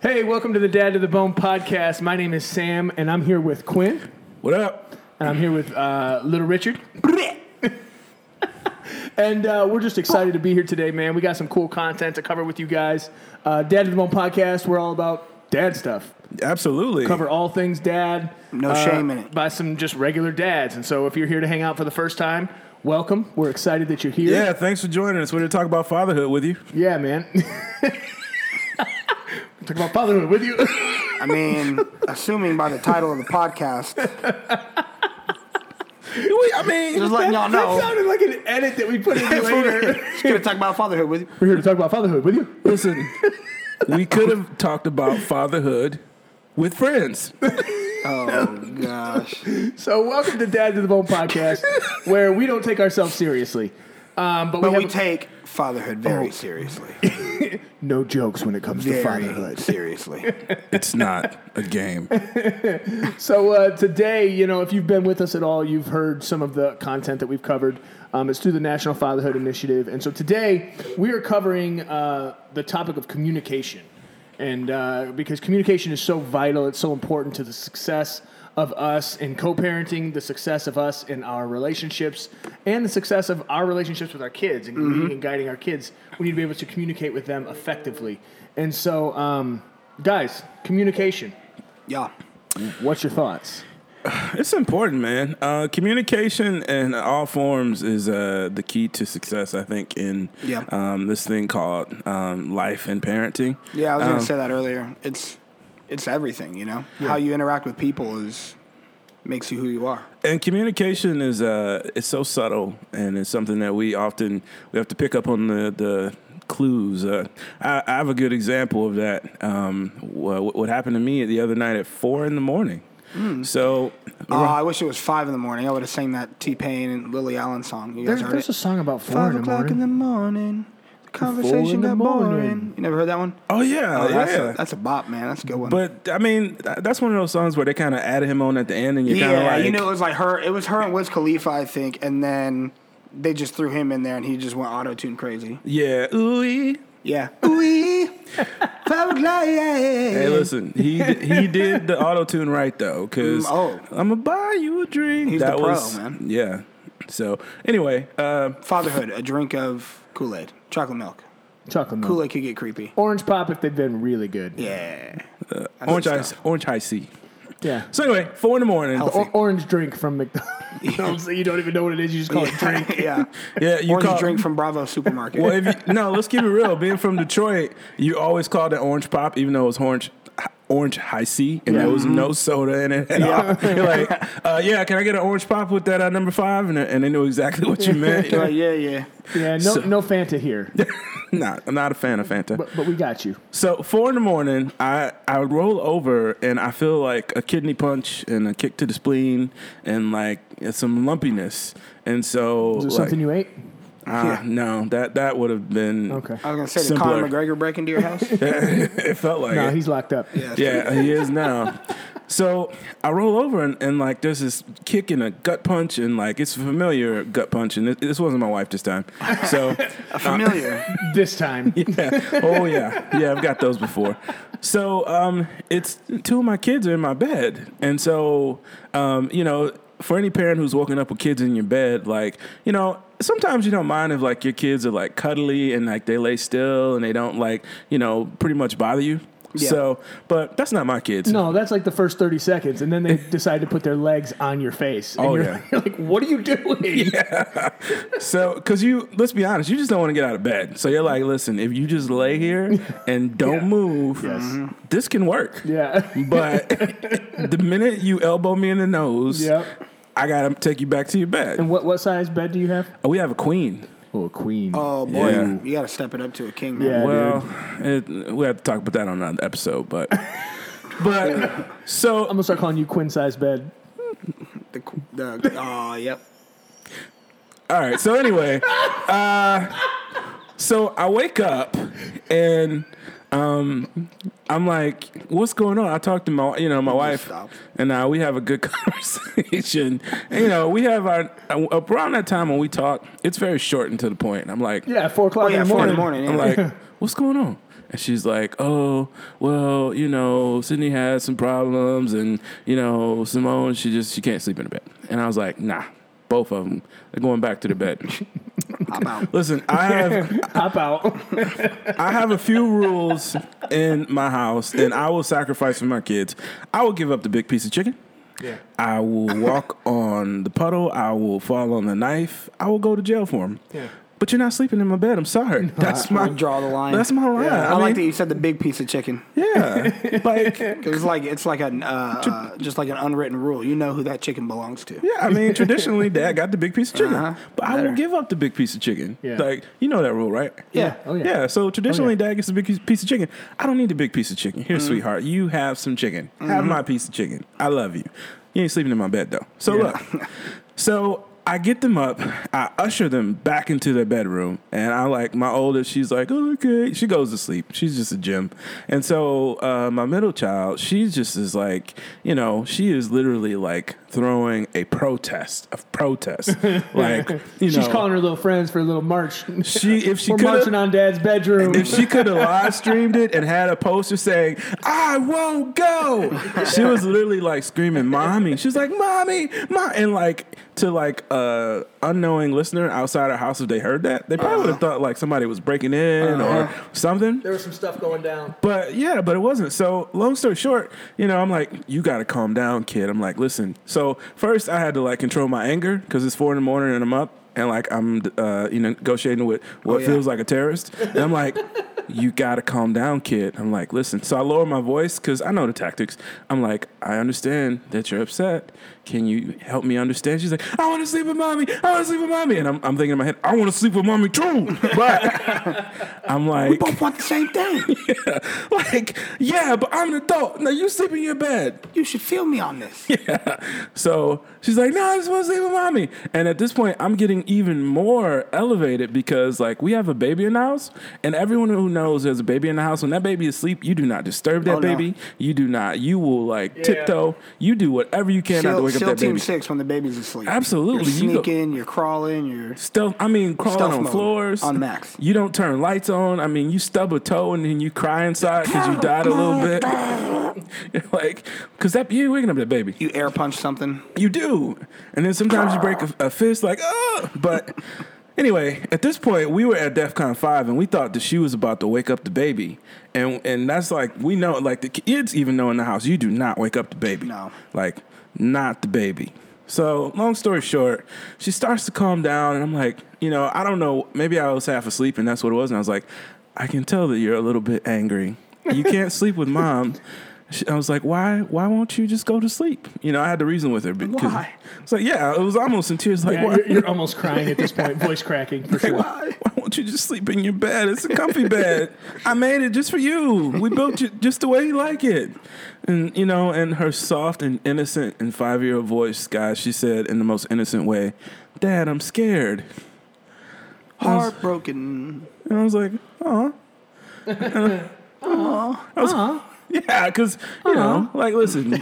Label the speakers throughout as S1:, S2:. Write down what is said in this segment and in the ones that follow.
S1: Hey, welcome to the Dad to the Bone podcast. My name is Sam, and I'm here with Quinn,
S2: What up?
S1: and I'm here with uh, Little Richard. and uh, we're just excited to be here today, man. We got some cool content to cover with you guys. Uh, Dad to the Bone podcast, we're all about dad stuff.
S2: Absolutely.
S1: Cover all things dad. uh,
S3: No shame in it.
S1: By some just regular dads. And so if you're here to hang out for the first time, welcome. We're excited that you're here.
S2: Yeah, thanks for joining us. We're here to talk about fatherhood with you.
S1: Yeah, man. Talk about fatherhood with you.
S3: I mean, assuming by the title of the podcast,
S2: I
S3: just
S2: mean,
S3: letting y'all
S1: That
S3: know.
S1: sounded like an edit that we put in later.
S3: Just gonna talk about fatherhood with you.
S1: We're here to talk about fatherhood with you.
S2: listen, we could have talked about fatherhood with friends.
S3: Oh gosh,
S1: So, welcome to Dad to the Bone podcast, where we don't take ourselves seriously. Um, but,
S3: but
S1: we,
S3: we
S1: have
S3: take fatherhood very seriously.
S1: no jokes when it comes to
S3: Very
S1: fatherhood.
S3: seriously.
S2: It's not a game.
S1: So, uh, today, you know, if you've been with us at all, you've heard some of the content that we've covered. Um, it's through the National Fatherhood Initiative. And so, today, we are covering uh, the topic of communication. And uh, because communication is so vital, it's so important to the success of us in co parenting, the success of us in our relationships, and the success of our relationships with our kids and leading and guiding our kids. We need to be able to communicate with them effectively. And so, um, guys, communication.
S3: Yeah.
S1: What's your thoughts?
S2: It's important, man. Uh, communication in all forms is uh, the key to success, I think, in
S3: Yeah.
S2: um, this thing called um, life and parenting.
S3: Yeah, I was
S2: Um,
S3: gonna say that earlier. It's it's everything, you know. How you interact with people is makes you who you are.
S2: and communication is uh it's so subtle and it's something that we often we have to pick up on the the clues uh, I, I have a good example of that um what, what happened to me the other night at four in the morning
S3: Hmm.
S2: so
S3: Oh, I wish it was five in the morning. I would have sang that T Pain and Lily Allen song. You guys
S1: There's,
S3: heard
S1: there's
S3: it?
S1: a song about four
S3: Five
S1: in the
S3: o'clock in
S1: morning.
S3: the morning. The conversation
S1: the
S3: got
S1: morning.
S3: boring. You never heard that one?
S2: oh yeah yeah
S3: that's, a, that's a bop, man. That's a good one.
S2: but I mean th- that's one of those songs where they kind of added him on at the end and you're kind of
S3: yeah,
S2: like
S3: you know, it was like her. It was her and Wiz Khalifa, I think, and then they just threw him in there, and he just went auto tune crazy.
S2: yeah ooh
S3: Yeah. Ooh, five o'clock.
S2: Hey, listen, he d- he did the auto tune right though, because
S3: Mm, oh.
S2: I'm gonna buy you a drink.
S3: He's the pro, man.
S2: Yeah. So anyway, uh,
S3: Fatherhood: a drink of Kool Aid, chocolate milk.
S1: Chocolate milk.
S3: Kool Aid could get creepy.
S1: Orange pop if they've been really good.
S3: Yeah. That's
S2: Uh, orange
S3: good
S2: ice,
S3: stuff.
S2: orange high C.
S1: Yeah.
S2: So anyway, four in the morning.
S3: Healthy.
S1: Or- orange drink from McDonald's. that you don't even know what it is. You just call it drink.
S3: yeah.
S2: Yeah, you
S3: Orange
S2: call,
S3: drink from Bravo Supermarket.
S2: Well, if you, no, let's keep it real. Being from Detroit, you always called it orange pop, even though it was orange. Orange high C, and there was no soda in it. At all. You're like, uh, yeah, can I get an orange pop with that uh, number five? And, and they knew exactly what you meant.
S3: yeah, Uh, yeah, yeah.
S1: Yeah, no,
S2: So-
S1: no Fanta here,
S2: nah, I'm not a fan of Fanta.
S1: but, but we got you.
S2: So four in the morning, I I would roll over and I feel like a kidney punch and a kick to the spleen and like some lumpiness. And so
S1: Is it
S2: like,
S1: something you ate?
S2: ah, no, that that would have been
S1: Okay.
S3: I was gonna say, did
S2: Simpler.
S3: Conor McGregor break into your house?
S2: it felt like
S1: No,
S2: it.
S1: he's locked up.
S2: yeah, he is now. So I roll over and, and like there's this kick and a gut punch and like it's a familiar gut punch and it, this wasn't my wife this time. So
S3: Familiar.
S1: This time.
S2: yeah. Oh yeah, yeah. I've got those before. So um, it's two of my kids are in my bed, and so um, you know, for any parent who's woken up with kids in your bed, like you know. Sometimes you don't mind if like your kids are like cuddly and like they lay still and they don't like you know pretty much bother you. So, but that's not my kids.
S1: No, that's like the first 30 seconds, and then they decide to put their legs on your face. And
S2: Oh,
S1: you're,
S2: yeah.
S1: you're like, what are you doing?
S2: So, because you, let's be honest, you just don't want to get out of bed. So you're like, listen, if you just lay here and don't move, this can work.
S1: Yeah.
S2: But the minute you elbow me in the nose,
S1: Yep.
S2: I gotta take you back to your bed.
S1: And what, what size bed do you have?
S2: We have a queen.
S1: Oh, a queen.
S3: Oh boy,
S2: Yeah.
S3: you- you got to step it up to a king, man.
S1: Yeah.
S2: Well, it, we have to talk about that on another episode, but but
S1: I'm
S2: so
S1: going to start calling you Quinn size bed.
S3: The, the, oh, yep.
S2: all right. So anyway, uh, so I wake up and um, I'm like, what's going on? I talked to my you know my wife,
S3: stop.
S2: and uh, we have a good conversation. and, you know, we have our uh, around that time when we talk, it's very short and to the point. I'm like,
S1: Yeah, 4 o'clock
S3: Oh, yeah,
S1: in the
S3: four in
S1: morning.
S3: the morning.
S2: I'm
S3: yeah.
S2: like, what's going on? And she's like, "Oh, well, you know, Sydney has some problems, and you know, Simone, she just she can't sleep in the bed." And I was like, "Nah, both of them, they're going back to the bed."
S3: I'm out.
S2: Listen, I have
S1: Pop out.
S2: I have a few rules in my house, and I will sacrifice for my kids. I will give up the big piece of chicken.
S1: Yeah.
S2: I will walk on the puddle. I will fall on the knife. I will go to jail for him.
S1: Yeah.
S2: But you're not sleeping in my bed. I'm sorry. that's my
S3: I draw the line.
S2: That's my line.
S3: Yeah, I,
S2: I
S3: like that
S2: mean-
S3: you said the big piece of chicken.
S2: Yeah. like, yeah.
S3: 'Cause It's like it's like an uh, uh, just like an unwritten rule. You know who that chicken belongs to.
S2: I mean, traditionally, Dad got the big piece of chicken,
S3: Uh-huh.
S2: but I will give up the big piece of chicken.
S1: Yeah.
S2: Like, you know that rule, right?
S3: Yeah.
S1: Oh yeah. Mm-hmm.
S2: Yeah, so traditionally, dad gets a big piece of chicken. I don't need the big piece of chicken. Here, sweetheart, you have some chicken. Have my piece of chicken. I love you. You ain't sleeping in my bed though. So look, so I get them up. I usher them back into their bedroom, and I like my oldest. She's like, oh, okay. She goes to sleep. She's just a gem. And so uh, my middle child, she's just is like, you know, she is literally like throwing a protest of protest. like, you know,
S1: She's calling her little friends for a little march.
S2: she if she
S1: We're
S2: could
S1: marching on Dad's bedroom.
S2: if she could have live streamed it and had a poster saying, I won't go, she was literally like screaming, Mommy. She was like, Mommy, Mom. And like to like a unknowing listener outside our house, if they heard that, they probably would have thought like somebody was breaking in or something.
S1: there was some stuff going down.
S2: But yeah, but it wasn't. So long story short, you know, I'm like, you gotta calm down, kid. I'm like, listen. So first, I had to like control my anger because it's four in the morning and I'm up and like I'm, uh, you know, negotiating with what
S3: Oh, yeah.
S2: feels like a terrorist. And I'm like, you gotta calm down, kid. I'm like, listen. So I lower my voice because I know the tactics. I'm like, I understand that you're upset. Can you help me understand? She's like, I want to sleep with mommy. I want to sleep with mommy. And I'm, I'm thinking in my head, I want to sleep with mommy too. But I'm like,
S3: Both want the same thing.
S2: yeah. Like, yeah, but I'm an adult. Now you sleep in your bed.
S3: You should feel me on this.
S2: So she's like, no, I just want to sleep with mommy. And at this point, I'm getting even more elevated because, like, we have a baby in the house, and everyone who knows there's a baby in the house, when that baby is asleep, you do not disturb that
S3: Oh, no.
S2: baby. You do not, you will, like, tiptoe. You do whatever you can not to
S3: Still,
S2: wake up
S3: still
S2: that
S3: team
S2: baby.
S3: six when the baby's asleep.
S2: Absolutely,
S3: You're
S2: you go-
S3: sneaking. You're crawling. You're
S2: Stealth, I mean, crawling
S3: Stealth
S2: on
S3: mode,
S2: floors.
S3: on max.
S2: You don't turn lights on. I mean, you stub a toe and then you cry inside because you died a little bit. You're like, because that you're waking up that baby.
S3: you air punch something.
S2: You do. And then sometimes you break a, a fist, like, oh. But anyway, at this point, we were at DEF CON 5 and we thought that she was about to wake up the baby. And, and that's like, we know, like the kids even know in the house, you do not wake up the baby.
S3: No.
S2: Like, not the baby. So, long story short, she starts to calm down, and I'm like, you know, I don't know. Maybe I was half asleep, and that's what it was. And I was like, I can tell that you're a little bit angry. You can't sleep with mom. She, I was like, why? Why won't you just go to sleep? You know, I had to reason with her. Because,
S3: Why?
S2: It's like, yeah, it was almost in tears. Like,
S1: Yeah,
S2: why?
S1: you're, you're almost crying at this point, voice cracking for sure.
S2: Why? Why won't you just sleep in your bed? It's a comfy bed. I made it just for you. We built it just the way you like it. And you know, and her soft and innocent and five year old voice, guys, she said in the most innocent way, Dad, I'm scared.
S3: Heartbroken.
S2: And I was like, oh. Yeah, because, you know, like, listen,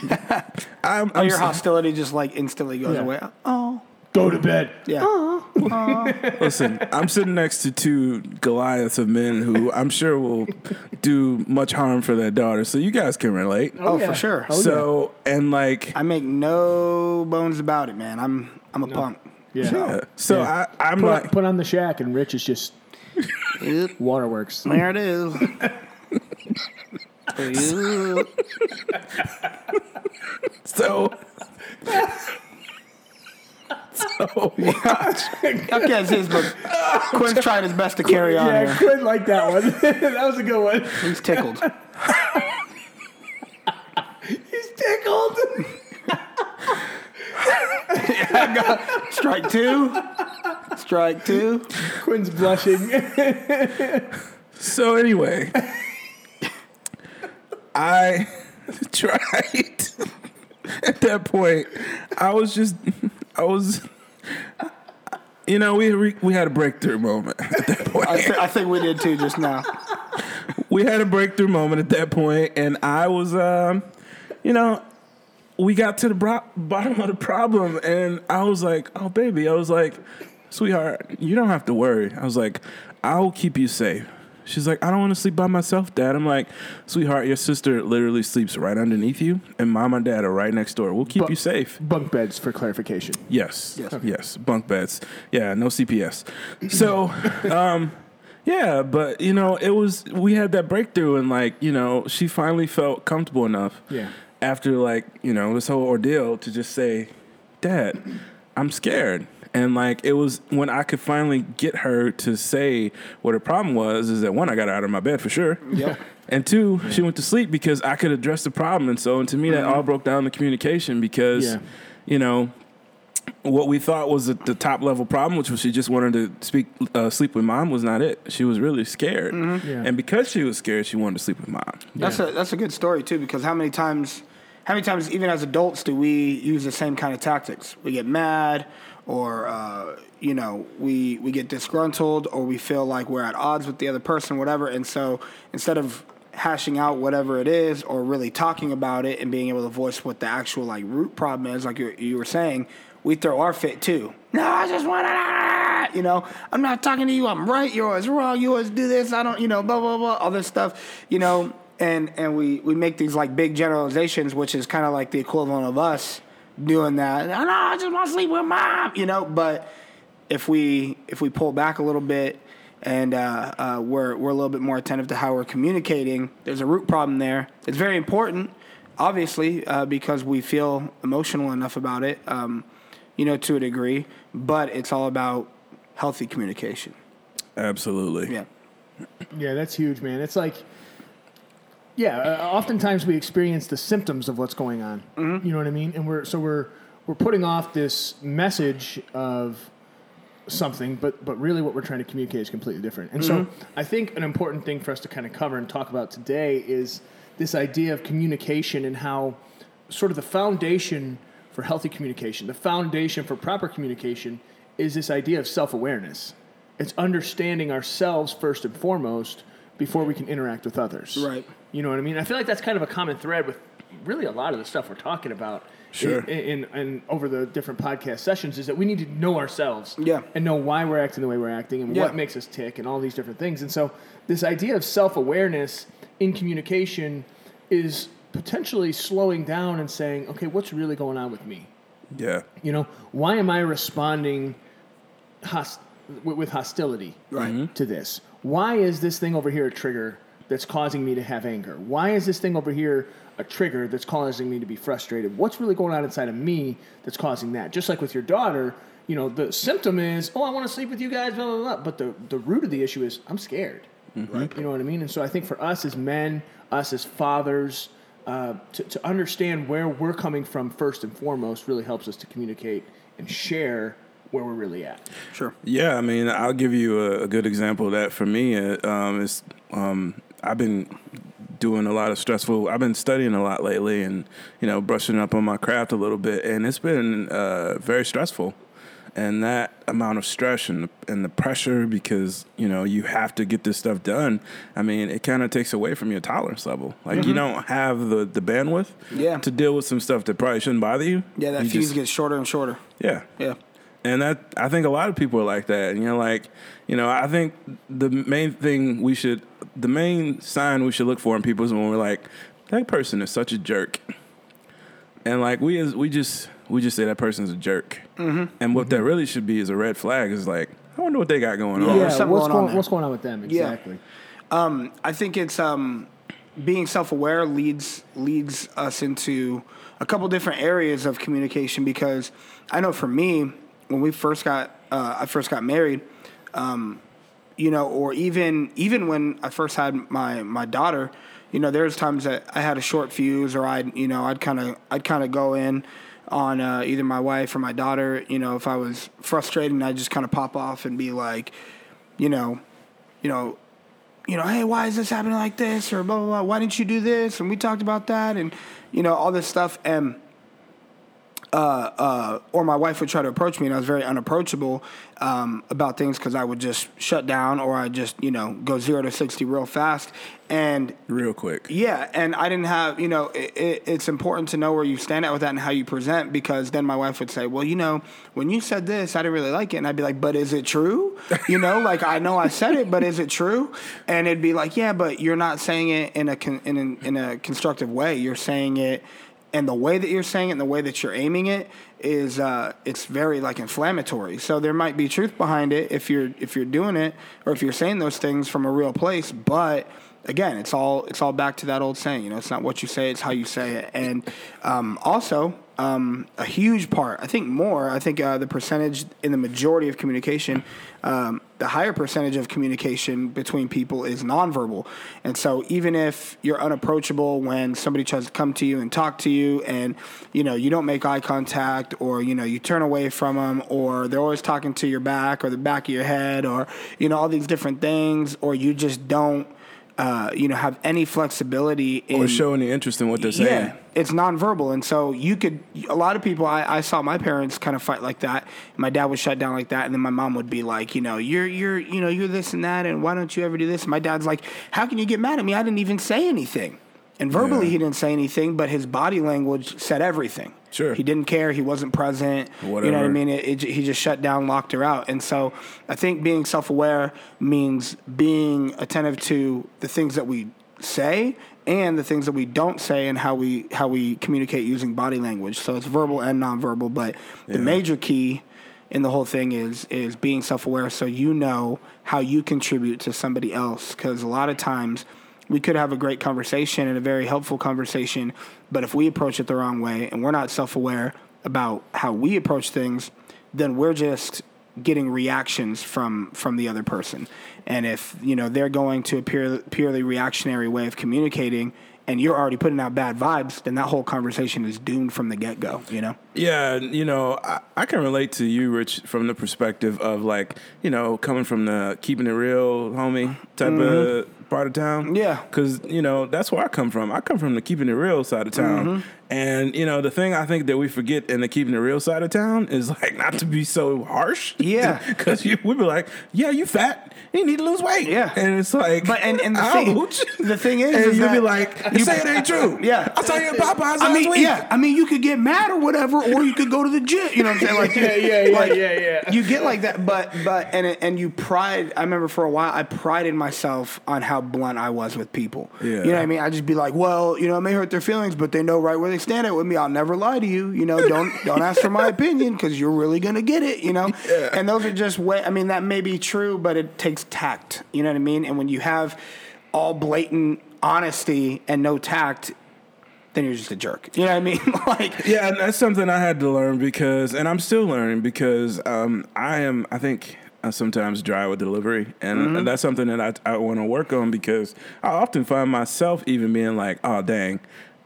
S2: I'm, I'm
S3: Your hostility just like instantly goes
S1: Yeah.
S3: away. Oh,
S1: Go to bed.
S3: yeah.
S2: Oh, Listen, I'm sitting next to two Goliaths of men who I'm sure will do much harm for their daughter. So you guys can relate.
S3: Oh,
S1: yeah.
S3: for sure.
S1: Oh,
S2: so and like
S3: I make no bones about it, man. I'm I'm a punk.
S1: Yeah.
S2: yeah. So
S1: Yeah.
S2: I, I'm
S1: Put,
S2: like
S1: put on the shack, and Rich is just
S3: Yep.
S1: waterworks.
S3: There it is. Yep.
S2: so. so
S3: okay, it's his, but Quinn's trying his best to carry on
S1: Yeah,
S3: here.
S1: Quinn liked that one. that was a good one.
S3: He's tickled.
S1: He's tickled.
S3: Strike two. Strike two.
S1: Quinn's blushing.
S2: so anyway, I tried. At that point, I was just I was. You know, we re- we had a breakthrough moment at that point.
S3: I, th- I think we did too just now.
S2: we had a breakthrough moment at that point, and I was, um, you know, we got to the bro- bottom of the problem, and I was like, oh, baby, I was like, sweetheart, you don't have to worry. I was like, I'll keep you safe. She's like, I don't want to sleep by myself, Dad. I'm like, sweetheart, your sister literally sleeps right underneath you, and mom and dad are right next door. We'll keep
S1: Bu-
S2: you safe.
S1: Bunk beds for clarification.
S2: Yes.
S3: Yes.
S2: Yes. Bunk beds. Yeah. No CPS. So, um, yeah, but you know, it was we had that breakthrough, and like you know, she finally felt comfortable enough.
S1: Yeah.
S2: After like you know this whole ordeal to just say, Dad, I'm scared. And like it was when I could finally get her to say what her problem was is that one I got her out of my bed for sure.
S3: Yep.
S2: And two, she went to sleep because I could address the problem. And so, and to me,
S3: Mm-hmm.
S2: that all broke down the communication because,
S1: Yeah.
S2: you know, what we thought was the, the top level problem, which was she just wanted to speak uh, sleep with mom, was not it. She was really scared,
S3: Mm-hmm.
S1: Yeah.
S2: and because she was scared, she wanted to sleep with mom.
S3: That's a that's a good story too because how many times how many times even as adults do we use the same kind of tactics? We get mad or uh, you know, we we get disgruntled or we feel like we're at odds with the other person whatever and so instead of hashing out whatever it is or really talking about it and being able to voice what the actual like root problem is like you, you were saying, we throw our fit too. No, I just want to you know, I'm not talking to you. I'm right. You're always wrong. You always do this. I don't, you know, blah blah blah. All this stuff, you know, and and we we make these like big generalizations, which is kind of like the equivalent of us doing that. No, no, I just want to sleep with mom, you know. But if we if we pull back a little bit and uh, uh, we're we're a little bit more attentive to how we're communicating, there's a root problem there. It's very important, obviously, uh, because we feel emotional enough about it. Um, you know, to a degree, but it's all about healthy communication.
S2: Absolutely.
S3: Yeah.
S1: Yeah, that's huge, man. It's like, yeah. Uh, oftentimes we experience the symptoms of what's going on. You know what I mean? And we're so we're we're putting off this message of something, but but really what we're trying to communicate is completely different. And so I think an important thing for us to kind of cover and talk about today is this idea of communication and how sort of the foundation for healthy communication, the foundation for proper communication is this idea of self-awareness. It's understanding ourselves first and foremost before we can interact with others.
S3: Right.
S1: You know what I mean? I feel like that's kind of a common thread with really a lot of the stuff we're talking about.
S2: Sure.
S1: In, in, in over the different podcast sessions is that we need to know ourselves
S3: Yeah.
S1: and know why we're acting the way we're acting and
S3: Yeah.
S1: what makes us tick and all these different things. And so this idea of self-awareness in communication is potentially slowing down and saying, okay, what's really going on with me?
S2: Yeah.
S1: You know, why am I responding host- with, with hostility
S3: Right.
S1: to this? Why is this thing over here a trigger that's causing me to have anger? Why is this thing over here a trigger that's causing me to be frustrated? What's really going on inside of me that's causing that? Just like with your daughter, you know, the symptom is, oh, I want to sleep with you guys, blah, blah, blah. But the, the root of the issue is, I'm scared. Right. You know what I mean? And so I think for us as men, us as fathers, uh, to, to understand where we're coming from first and foremost really helps us to communicate and share where we're really at.
S3: Sure.
S2: Yeah, I mean, I'll give you a, a good example of that for me. uh, Um, is um, I've been doing a lot of stressful. I've been studying a lot lately, and you know, brushing up on my craft a little bit, and it's been uh, very stressful. And that amount of stress and the, and the pressure, because you know you have to get this stuff done. I mean, it kind of takes away from your tolerance level. Like you don't have the the bandwidth
S3: Mm-hmm. Yeah.
S2: to deal with some stuff that probably shouldn't bother you.
S3: Yeah, that
S2: You
S3: fuse
S2: just-
S3: gets shorter and shorter.
S2: yeah
S3: Yeah.
S2: and that I think a lot of people are like that. And you're like, you know, I think the main thing we should, the main sign we should look for in people is when we're like, that person is such a jerk, and like we as we just we just say that person's a jerk,
S3: Mm-hmm.
S2: and what that really should be is a red flag. Is like, I wonder what they got going on.
S3: Yeah, there's something
S1: what's
S3: going on there.
S1: what's going on with them
S3: Yeah.
S1: exactly?
S3: Um, I think it's um, being self-aware leads leads us into a couple different areas of communication because I know for me when we first got uh, I first got married, um, you know, or even even when I first had my my daughter, you know, there's times that I had a short fuse or I'd you know I'd kind of I'd kind of go in on uh, either my wife or my daughter, you know, if I was frustrated and I'd just kind of pop off and be like, you know, you know, you know, hey, why is this happening like this? Or blah, blah, blah. Why didn't you do this? And we talked about that and, you know, all this stuff. And uh, uh, or my wife would try to approach me, and I was very unapproachable um, about things because I would just shut down or I just you know go zero to sixty real fast. And
S2: real quick.
S3: yeah, and I didn't have, you know, it, it, it's important to know where you stand at with that and how you present because then my wife would say, well, you know, when you said this, I didn't really like it. And I'd be like, but is it true? You know, like I know I said it, but is it true? And it'd be like, yeah, but you're not saying it in a, con- in, an, in a constructive way. You're saying it, and the way that you're saying it and the way that you're aiming it is uh, it's very like inflammatory so there might be truth behind it if you're if you're doing it or if you're saying those things from a real place but again, it's all it's all back to that old saying. You know, it's not what you say; it's how you say it. And um, also, um, a huge part, I think, more. I think uh, the percentage in the majority of communication, um, the higher percentage of communication between people is nonverbal. And so, even if you're unapproachable when somebody tries to come to you and talk to you, and you know you don't make eye contact, or you know you turn away from them, or they're always talking to your back or the back of your head, or you know all these different things, or you just don't uh, you know, have any flexibility in
S2: Or show any interest in what they're saying.
S3: yeah, it's nonverbal, and so you could. A lot of people, I, I saw my parents kind of fight like that. My dad would shut down like that, and then my mom would be like, you know, you're you're you know you're this and that, and why don't you ever do this? And my dad's like, how can you get mad at me? I didn't even say anything. And verbally,
S2: Yeah.
S3: he didn't say anything, but his body language said everything.
S2: Sure.
S3: he didn't care. He wasn't present. You know what I
S2: Whatever.
S3: mean? It, it, j- he just shut down, locked her out. And so I think being self aware means being attentive to the things that we say and the things that we don't say and how we how we communicate using body language. So it's verbal and nonverbal, but the major key in the whole thing is is being self aware so you know how you contribute to somebody else because a lot of times we could have a great conversation and a very helpful conversation, but if we approach it the wrong way and we're not self aware about how we approach things, then we're just getting reactions from from the other person. And if you know they're going to a pure, purely reactionary way of communicating, and you're already putting out bad vibes, then that whole conversation is doomed from the get go. You know.
S2: Yeah, and, you know, I, I can relate to you, Rich, from the perspective of like, you know, coming from the keeping it real, homie type of part of town.
S3: Mm-hmm. Yeah.
S2: Because, you know, that's where I come from. I come from the keeping it real side of town.
S3: Mm-hmm.
S2: And, you know, the thing I think that we forget in the keeping it real side of town is like not to be so harsh.
S3: Yeah.
S2: Because we'd be like, yeah, you fat. You need to lose weight.
S3: Yeah.
S2: And it's like,
S3: But- and- and the thing-
S2: ouch.
S3: the thing is,
S2: and
S3: is
S2: you'd be
S3: that
S2: like, you say it ain't true.
S3: Yeah.
S2: I saw you at Popeyes
S3: I
S2: last
S3: mean,
S2: week.
S3: yeah. I mean, you could get mad or whatever, or you could go to the gym. You know what I'm saying? Like,
S1: Yeah, yeah, yeah,
S3: like,
S1: yeah, yeah.
S3: You get like that, but but and it- and you pride. I remember for a while, I prided myself on how blunt I was with people.
S2: Yeah.
S3: You know what I mean? I just be like, well, you know, it may hurt their feelings, but they know right where they stand at with me. I'll never lie to you. You know, don't don't ask for my opinion because you're really gonna get it. You know. And those are just way. I mean, that may be true, but it takes tact. You know what I mean? And when you have all blatant honesty and no tact then you're just a jerk. You know what I mean? like,
S2: yeah, and that's something I had to learn because, and I'm still learning because um, I am, I think, uh, sometimes dry with delivery, and
S3: Mm-hmm.
S2: that's something that I, I want to work on because I often find myself even being like, oh dang,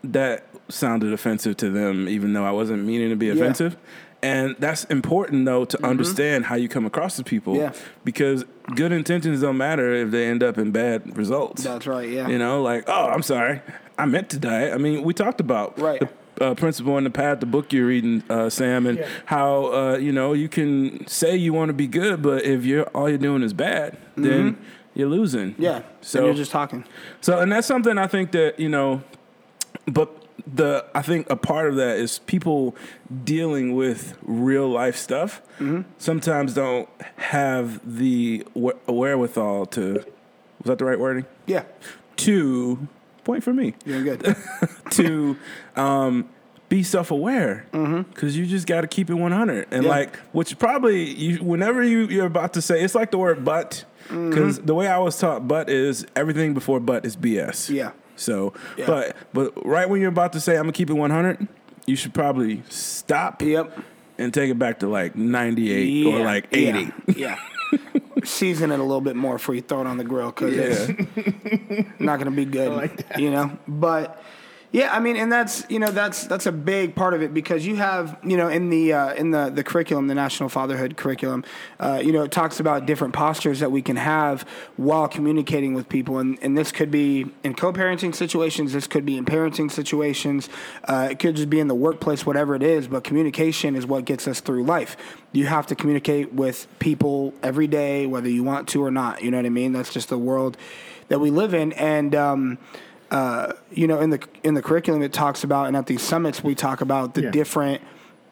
S2: that sounded offensive to them, even though I wasn't meaning to be offensive. And that's important though to understand how you come across to people
S3: Mm-hmm. Yeah.
S2: because good intentions don't matter if they end up in bad results.
S3: That's right, yeah.
S2: You know, like, oh, I'm sorry. I meant to diet. I mean, we talked about
S3: Right.
S2: the uh, principle in the path, the book you're reading, uh, Sam, and
S1: Yeah.
S2: how uh, you know you can say you want to be good, but if you're all you're doing is bad, then you're losing.
S3: Mm-hmm. yeah. So
S2: So
S3: you're just talking.
S2: so, and that's something I think that you know, but the I think a part of that is people dealing with real life stuff
S3: Mm-hmm.
S2: sometimes don't have the wh- wherewithal to was that the right wording
S3: Yeah.
S2: to point for me
S3: You're good.
S2: to um, be self-aware because you just got to keep it 100 and
S3: Mm-hmm. Yeah.
S2: like which probably you, whenever you, you're about to say it's like the word but
S3: Mm-hmm.
S2: because the way i was taught but is everything before but is bs
S3: Yeah.
S2: so but but right when you're about to say i'm gonna keep it 100 you should probably stop
S3: yep.
S2: and take it back to like 98 or
S3: Yeah,
S2: like 80
S3: yeah, Yeah. Season it a little bit more before you throw it on the grill because it's not going to be good.
S1: like
S3: You know? But Yeah, I mean, and that's you know that's that's a big part of it because you have you know in the uh, in the the curriculum, the National Fatherhood curriculum, uh, you know, it talks about different postures that we can have while communicating with people, and and this could be in co-parenting situations, this could be in parenting situations, uh, it could just be in the workplace, whatever it is. But communication is what gets us through life. You have to communicate with people every day, whether you want to or not. You know what I mean? That's just the world that we live in, and. Um, uh, you know, in the in the curriculum it talks about, and at these summits we talk about the
S1: Yeah.
S3: different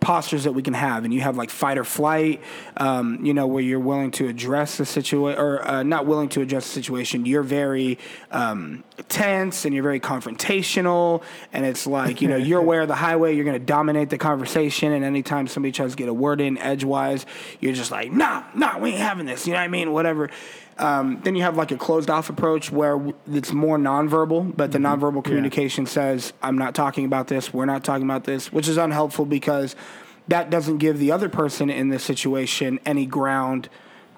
S3: postures that we can have, and you have like fight or flight, um, you know, where you're willing to address the situation, or uh, not willing to address the situation. You're very um, tense and you're very confrontational, and it's like you know you're aware of the highway, you're going to dominate the conversation, and anytime somebody tries to get a word in edgewise, you're just like, nah, nah, we ain't having this. You know what I mean? Whatever. Um, then you have like a closed off approach where w- it's more nonverbal, but the nonverbal communication says, I'm not talking about this, we're not talking about this, which is unhelpful because that doesn't give the other person in this situation any ground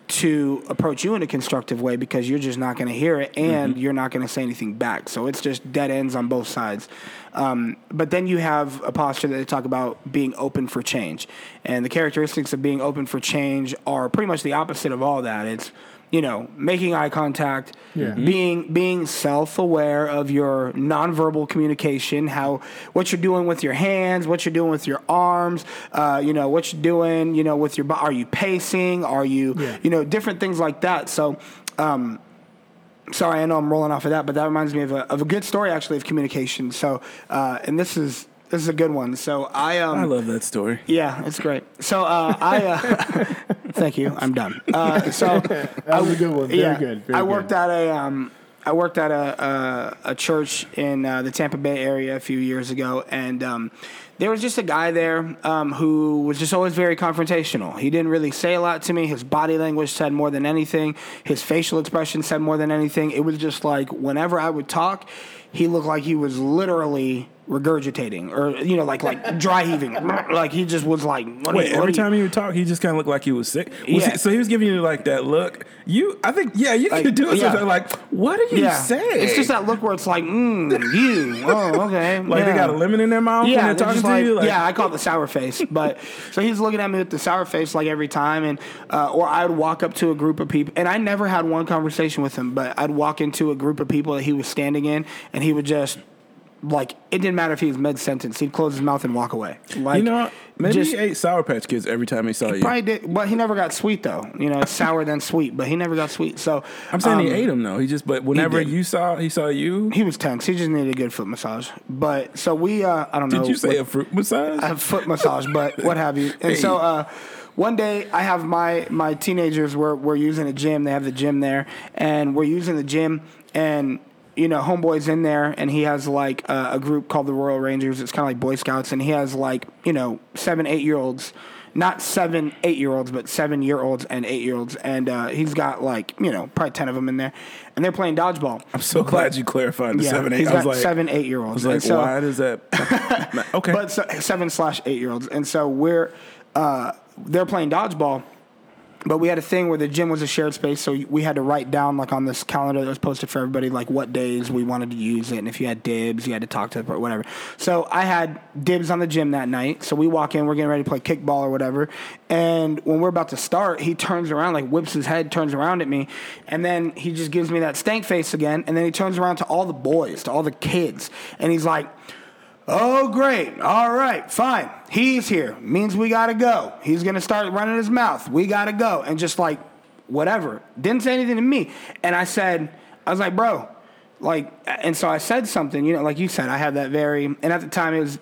S3: to approach you in a constructive way because you're just not going to hear it and you're not going to say anything back. So it's just dead ends on both sides. Um, but then you have a posture that they talk about being open for change. And the characteristics of being open for change are pretty much the opposite of all that. It's you know, making eye contact, being being self-aware of your nonverbal communication, how what you're doing with your hands, what you're doing with your arms, uh, you know, what you're doing, you know, with your bo- are you pacing, are you, you know, different things like that. So, um, sorry, I know I'm rolling off of that, but that reminds me of a, of a good story actually of communication. So, uh, and this is this is a good one. So I um
S2: I love that story.
S3: yeah, it's great. So uh, I uh, thank you. I'm done. Uh, so
S1: That was a good one. Very
S3: yeah.
S1: good. Very
S3: I worked
S1: good.
S3: at a um, I worked at a a, a church in uh, the Tampa Bay area a few years ago, and um, there was just a guy there um, who was just always very confrontational. He didn't really say a lot to me. His body language said more than anything. His facial expression said more than anything. It was just like whenever I would talk, he looked like he was literally regurgitating or you know like like dry heaving like he just was like what are
S2: Wait,
S3: you- what
S2: every
S3: are you-
S2: time he would talk, he just kind of looked like he was sick. Was
S3: Yeah.
S2: he- so he was giving you like that look. You, I think, yeah, you
S3: Like,
S2: could do it.
S3: yeah.
S2: Something like, what are you
S3: yeah
S2: saying?
S3: it's just that look where it's like mm, you oh okay
S2: like they
S3: yeah.
S2: got a lemon in their mouth
S3: Yeah,
S2: when
S3: they're
S2: they're talking
S3: just
S2: to
S3: like-
S2: you. Like,
S3: yeah, I call it the sour face. But so he's looking at me with the sour face like every time, and uh, or I would walk up to a group of people, and I never had one conversation with him, but I'd walk into a group of people that he was standing in, and he would just like it didn't matter if he was mid sentence, he'd close his mouth and walk away. Like
S2: you know, maybe
S3: just-
S2: he ate Sour Patch Kids every time he saw you.
S3: Probably did, but he never got sweet though. You know, it's sour then sweet, but he never got sweet. So
S2: I'm saying he
S3: um,
S2: ate them though. He just, but whenever
S3: did.
S2: you saw, he saw you.
S3: uh, He was tense. He just needed a good foot massage. But so we, uh, I don't know.
S2: Did you
S3: what-
S2: say a fruit massage?
S3: a foot massage, but what have you. And so uh, one day I have my my teenagers were we're using a gym. They have the gym there, and we're using the gym and. You know, homeboy's in there, and he has like a, a group called the Royal Rangers. It's kind of like Boy Scouts, and he has like you know seven, eight year olds, not seven, eight year olds, but seven year olds and eight year olds, and uh, he's got like you know probably ten of them in there, and they're playing dodgeball.
S2: I'm so glad you clarified the
S3: Yeah,
S2: seven
S3: he's
S2: eight. I
S3: got
S2: was like,
S3: seven, eight year
S2: I was
S3: olds.
S2: like, why does that? okay,
S3: but so, seven slash eight year olds, and so we're uh, they're playing dodgeball. But we had a thing where the gym was a shared space, so we had to write down like on this calendar that was posted for everybody, like what days we wanted to use it, and if you had dibs, you had to talk to the or whatever. So I had dibs on the gym that night. So we walk in, we're getting ready to play kickball or whatever, and when we're about to start, he turns around, like whips his head, turns around at me, and then he just gives me that stank face again, and then he turns around to all the boys, to all the kids, and he's like. Oh, great. All right, fine. He's here. Means we got to go. He's going to start running his mouth. We got to go. And just like, whatever. Didn't say anything to me. And I said, I was like, bro, like, and so I said something, you know, like you said, I had that very, and at the time it was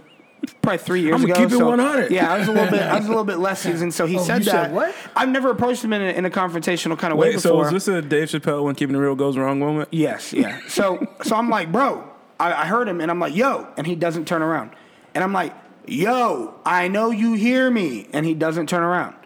S3: probably three years
S2: I'ma
S3: ago.
S2: keep it Oh,
S3: so,
S2: 100.
S3: Yeah, I was a little bit, I was a little bit less seasoned. So he said
S1: you said
S3: that.
S1: what?
S3: I've never approached him in a, in a confrontational kind of way
S2: wait. So
S3: before.
S2: was this a Dave Chappelle when keeping it real goes wrong moment?
S3: Yes, yeah. So so I'm like, bro, I, I heard him and I'm like, yo, and he doesn't turn around. And I'm like, yo, I know you hear me. And he doesn't turn around.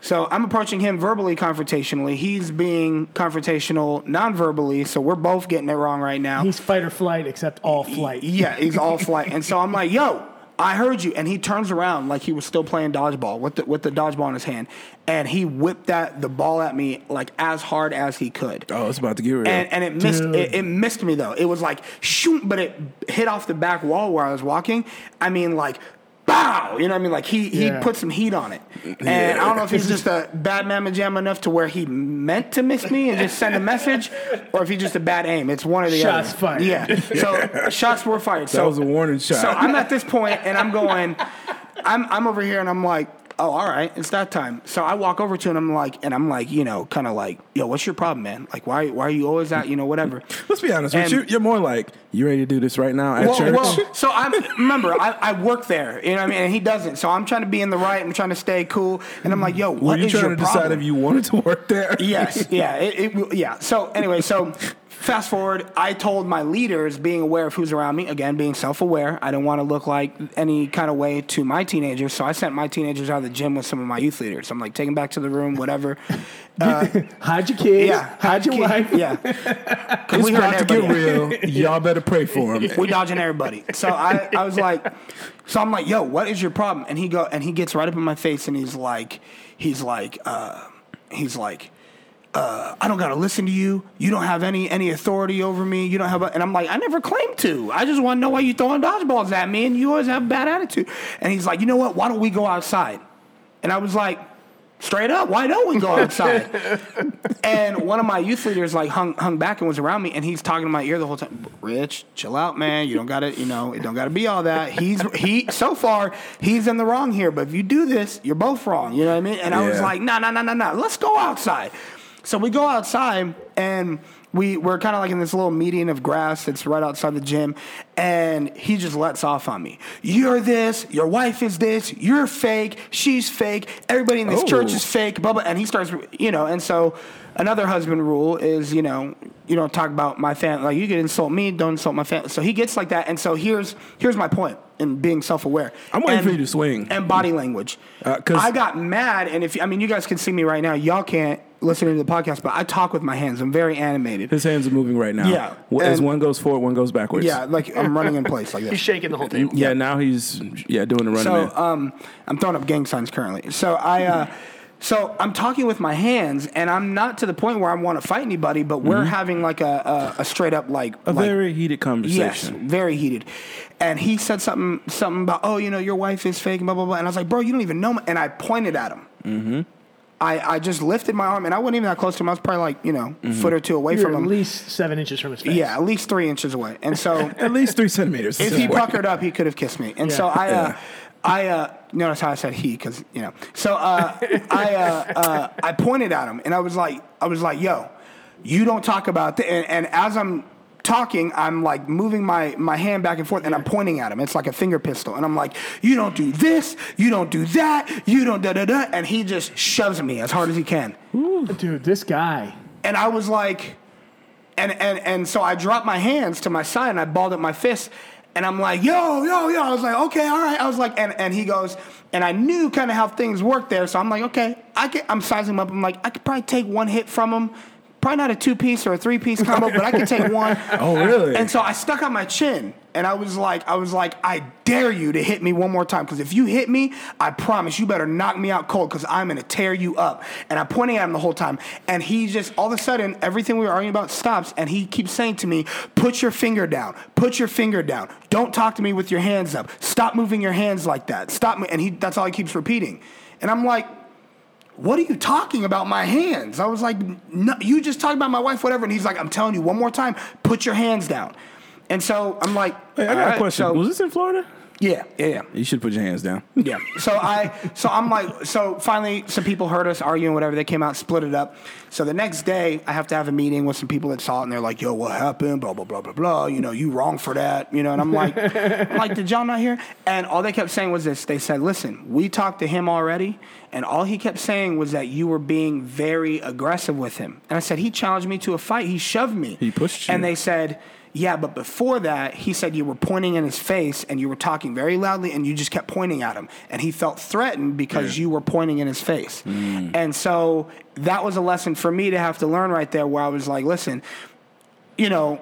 S3: So I'm approaching him verbally confrontationally. He's being confrontational non-verbally, so we're both getting it wrong right now.
S1: He's fight or flight, except all flight.
S3: Yeah, he's all flight. And so I'm like, yo, I heard you. And he turns around like he was still playing dodgeball with the, with the dodgeball in his hand. And he whipped that the ball at me like as hard as he could.
S2: Oh, it's about to get real.
S3: And, and it missed it, it missed me though. It was like shoot, but it hit off the back wall where I was walking. I mean, like bow. You know what I mean? Like he
S1: Yeah.
S3: he put some heat on it. And
S2: Yeah.
S3: I don't know if he's just a bad mamma jam enough to where he meant to miss me and just send a message, or if he's just a bad aim. It's one or the other.
S1: Shots fired.
S3: Yeah. So shots were fired. so
S2: was a warning shot.
S3: So I'm at this point and I'm going. I'm I'm over here and I'm like. Oh, all right. It's that time. So I walk over to him and I'm like, and I'm like, you know, kind of like, yo, what's your problem, man? Like, why, why are you always out? You know, whatever.
S2: Let's be honest with
S3: And-
S2: you. You're more like, you ready to do this right now at
S3: Well,
S2: church?
S3: well, so I remember I, I work there, you know what I mean, and he doesn't. So I'm trying to be in the right. I'm trying to stay cool, and I'm like, yo,
S2: Were
S3: what
S2: you
S3: is
S2: trying
S3: your
S2: to decide
S3: problem?
S2: if you wanted to work there?
S3: yes, yeah, it, it, will- yeah. So anyway, so fast forward, I told my leaders, being aware of who's around me, again being self-aware, I don't want to look like any kind of way to my teenagers. So I sent my teenagers out of the gym with some of my youth leaders. I'm like, take them back to the room, whatever. Uh,
S1: Hide your kids.
S3: Yeah,
S1: Hide your wife.
S3: Yeah, because
S2: It's
S3: we heard
S2: about to get
S3: everybody.
S2: real. Y'all better pray for him.
S3: we dodging everybody. So I, I was like, so I'm like, yo, what is your problem? And he go and he gets right up in my face and he's like, he's like, uh, he's like, uh, I don't gotta listen to you. You don't have any any authority over me. You don't have. A, and I'm like, I never claimed to. I just want to know why you throwing dodgeballs at me and you always have a bad attitude. And he's like, you know what? Why don't we go outside? And I was like, straight up, why don't we go outside? and one of my youth leaders like hung hung back and was around me, and he's talking to my ear the whole time. Rich, chill out, man. You don't gotta, you know, it don't gotta be all that. He's he so far he's in the wrong here, but if you do this, you're both wrong. You know what I mean? And I was
S2: Yeah.
S3: like, no, no, no, no, no. Let's go outside. So we go outside and. We, we're kind of like in this little median of grass that's right outside the gym, and he just lets off on me. You're this, your wife is this, you're fake, she's fake, everybody in this church
S2: Oh.
S3: is fake, blah blah. And he starts, you know, and so another husband rule is, you know, you don't talk about my family. Like you can insult me, don't insult my family. So he gets like that, and so here's here's my point in being self aware.
S2: I'm waiting
S3: and,
S2: for you to swing.
S3: And body language.
S2: Uh, 'cause-
S3: I got mad, and if I mean you guys can see me right now, y'all can't listen to the podcast, but I talk with my hands. I'm very animated.
S2: His hands are moving right now.
S3: Yeah,
S2: Well, As
S3: and-
S2: one goes forward, one goes backwards.
S3: Yeah, like I'm running in place like
S1: He's
S3: this.
S1: shaking the whole table.
S2: Yeah, now he's yeah doing the running
S3: So
S2: man.
S3: um, I'm throwing up gang signs currently. So I, uh, so I'm talking with my hands, and I'm not to the point where I want to fight anybody, but we're having like a, a, a straight up like
S2: a
S3: like,
S2: very heated
S3: yes,
S2: conversation.
S3: very heated. And he said something something about oh you know your wife is fake and blah blah blah, and I was like bro you don't even know me, and I pointed at him. Mm-hmm. I, I just lifted my arm and I wasn't even that close to him. I was probably like, you know, foot or two away
S1: You're
S3: from
S1: at
S3: him.
S1: least seven inches from his face.
S3: yeah, at least three inches away. And so
S2: At least three centimeters.
S3: if he puckered up, he could have kissed me. And so I, uh,
S2: Yeah.
S3: I uh, notice how I said he because you know. So uh, I, uh, uh, I pointed at him and I was like, I was like, yo, you don't talk about that. And, and as I'm talking, I'm like moving my my hand back and forth and I'm pointing at him. It's like a finger pistol, and I'm like, you don't do this, you don't do that, you don't da da da, and he just shoves me as hard as he can.
S1: Dude, this guy.
S3: And I was like, and, and, and so I dropped my hands to my side and I balled up my fist. And I'm like, yo, yo, yo. I was like, okay, all right. I was like, and, and he goes, and I knew kind of how things work there. So I'm like, okay, I can, I'm sizing him up. I'm like, I could probably take one hit from him. Probably not a two piece or a three piece combo, but I could take one.
S2: Oh, really?
S3: And so I stuck out my chin and I was like, I was like, I dare you to hit me one more time. Cause if you hit me, I promise you better knock me out cold because I'm gonna tear you up. And I'm pointing at him the whole time. And he just all of a sudden everything we were arguing about stops and he keeps saying to me, Put your finger down, put your finger down. Don't talk to me with your hands up. Stop moving your hands like that. Stop mo-" and he that's all he keeps repeating. And I'm like, what are you talking about my hands? I was like, no, you just talked about my wife, whatever. And he's like, I'm telling you one more time, put your hands down. And so I'm like,
S2: Hey, I got
S3: all
S2: a
S3: right,
S2: question.
S3: uh, so-
S2: Was this in Florida?
S3: yeah, yeah, yeah.
S2: You should put your hands down.
S3: Yeah. So I, so I'm like, so finally, some people heard us arguing, whatever. They came out, split it up. So the next day, I have to have a meeting with some people that saw it, and they're like, "Yo, what happened? Blah blah blah blah blah. You know, you wrong for that. You know." And I'm like, I'm "Like, did y'all not hear?" And all they kept saying was this. They said, "Listen, we talked to him already, and all he kept saying was that you were being very aggressive with him." And I said, "He challenged me to a fight. He shoved me.
S2: He pushed you.
S3: And they said, yeah, but before that, he said you were pointing in his face and you were talking very loudly and you just kept pointing at him. And he felt threatened because you were pointing in his face.
S2: Mm.
S3: And so that was a lesson for me to have to learn right there where I was like, listen, you know,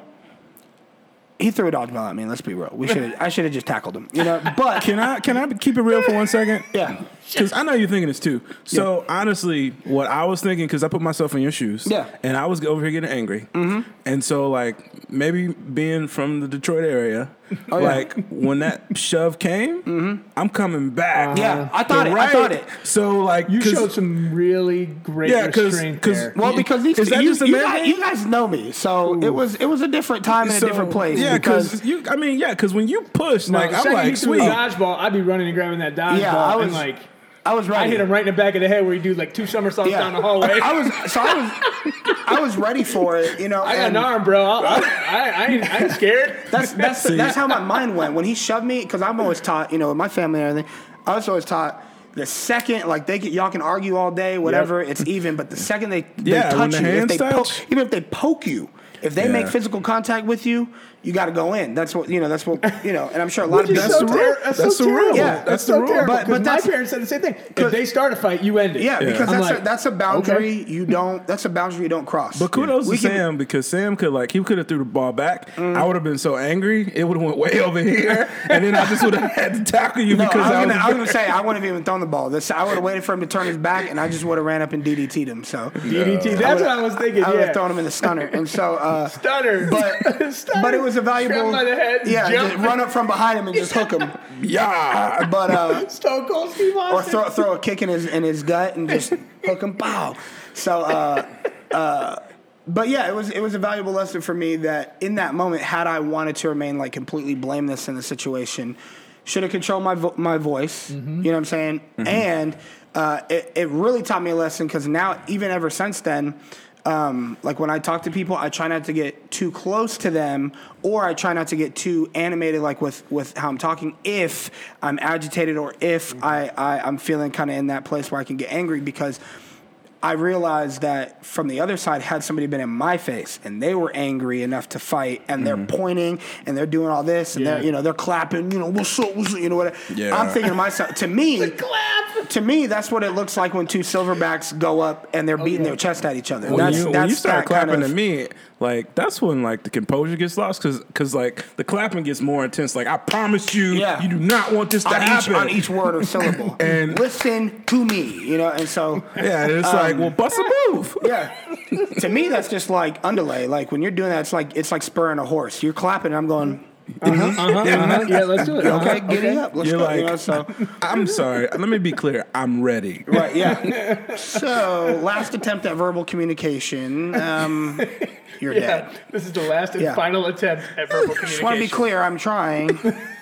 S3: he threw a dodgeball at me. Let's be real. We should I should have just tackled him. You know, but
S2: Can I can I keep it real for one second?
S3: yeah,
S2: Because I know you're thinking this too. So honestly, what I was thinking, because I put myself in your shoes,
S3: Yeah.
S2: and I was over here getting angry, mm-hmm. and so like maybe being from the Detroit area,
S3: Oh,
S2: like when that shove came, I'm coming back.
S3: Mm-hmm. yeah. I thought it. I thought it.
S2: So like
S1: You
S2: 'cause-
S1: showed some really great
S2: Yeah, 'cause-
S1: restraint
S2: 'cause-
S1: there.
S3: Well,
S2: You-
S3: because these
S2: is that
S3: you,
S2: just a
S3: you,
S2: man
S3: guys,
S2: thing?
S3: you guys know me, so it was it was a different time and
S2: so-
S3: a different place.
S2: Yeah,
S3: because
S2: because you. I mean, yeah, because when you push, like
S1: second
S2: I'm
S1: he
S2: like,
S1: threw
S2: sweet.
S1: the dodgeball, I'd be running and grabbing that dodgeball
S3: Yeah, I
S1: and
S3: was-
S1: like
S3: I was
S1: I
S3: ready.
S1: hit him right in the back of the head where you do like two somersaults
S3: Yeah.
S1: down the hallway.
S3: I was so I was I was ready for it. You know,
S1: I got
S3: and
S1: an arm, bro. I, I, I, ain't, I ain't scared.
S3: That's that's that's how my mind went when he shoved me because I'm always taught you know in my family and everything. I was always taught. The second, like they can, y'all can argue all day, whatever, it's even. But the second they, they
S2: Yeah, when
S3: touch
S2: the
S3: you, if
S2: hands
S3: they poke,
S2: touch.
S3: even if they poke you, if they make
S2: Yeah.
S3: physical contact with you, you got to go in. That's what you know. That's what you know. And I'm sure a lot of
S1: Which is
S3: people.
S2: That's
S1: so
S2: the
S1: ter-
S2: rule.
S1: That's,
S2: That's
S1: so
S2: the rule.
S1: terrible.
S3: Yeah.
S1: that's so
S2: That's the rule.
S1: terrible.
S3: But-
S1: But,
S3: but
S1: my
S3: that's-
S1: parents said the same thing. If they start a fight, you end it.
S3: Yeah, because
S1: I'm
S3: that's
S1: like,
S3: a, that's a boundary
S1: okay.
S3: you don't. That's a boundary you don't cross.
S2: But kudos
S3: We Mm.
S2: to
S3: can-
S2: Sam because Sam could like he could have threw the ball back. I would have been so angry it would have went way over here, and then I just would have had to tackle you
S3: No,
S2: because
S3: I was, gonna, I was
S2: was
S3: gonna say I wouldn't have even thrown the ball. This I would have waited for him to turn his back, and I just would have ran up and DDT'd him. So
S1: DDT. E That's what I was thinking.
S3: I would have
S1: yeah.
S3: thrown him in the stunner, and so. Uh,
S1: Stunner.
S3: but
S1: Stunner.
S3: but it was a valuable.
S1: Grab by the head.
S3: yeah,
S1: Jump.
S3: just run up from behind him and just hook him.
S2: yeah.
S3: But uh,
S1: Stone Cold Steve
S3: or
S1: Austin.
S3: throw throw a kick in his in his gut and just hook him pow. So, uh, uh, but yeah, it was it was a valuable lesson for me that in that moment, had I wanted to remain like completely blameless in the situation, should have controlled my vo- my voice. You know what I'm saying? And uh, it it really taught me a lesson because now even ever since then. Um, like when I talk to people, I try not to get too close to them, or I try not to get too animated, like with with how I'm talking. If I'm agitated, or if I, I I'm feeling kind of in that place where I can get angry, because I realized that from the other side, had somebody been in my face and they were angry enough to fight,
S2: Mm-hmm.
S3: and they're pointing and they're doing all this, and they're you know they're clapping, you know what's up, what's up, you know what?
S2: Yeah.
S3: I'm thinking to myself, to me,
S1: Clap.
S3: to me, that's what it looks like when two silverbacks go up and they're beating their chest at each other.
S2: When,
S3: that's
S2: you,
S3: that's
S2: when you start
S3: that kind
S2: clapping
S3: of-
S2: at me, like that's when like the composure gets lost because like the clapping gets more intense. Like I promise you,
S3: Yeah.
S2: you do not want this to
S3: on each,
S2: happen.
S3: on each word or syllable.
S2: And-
S3: listen to me, you know, and so
S2: yeah, and it's
S3: Um,
S2: like well, bust a move.
S3: yeah. to me, that's just like underlay. Like when you're doing that, it's like it's like spurring a horse. You're clapping, and I'm going,
S1: Uh-huh, uh-huh. Yeah, let's do it. Uh-huh.
S3: okay, giddy up, let's
S2: You're
S3: go.
S2: like,
S3: you know, so
S2: I'm sorry. Let me be clear. I'm ready.
S3: right, yeah. so last attempt at verbal communication. Um, you're
S1: Yeah,
S3: dead.
S1: this is the last and
S3: Yeah.
S1: final attempt at verbal communication.
S3: Just want to be clear. I'm trying.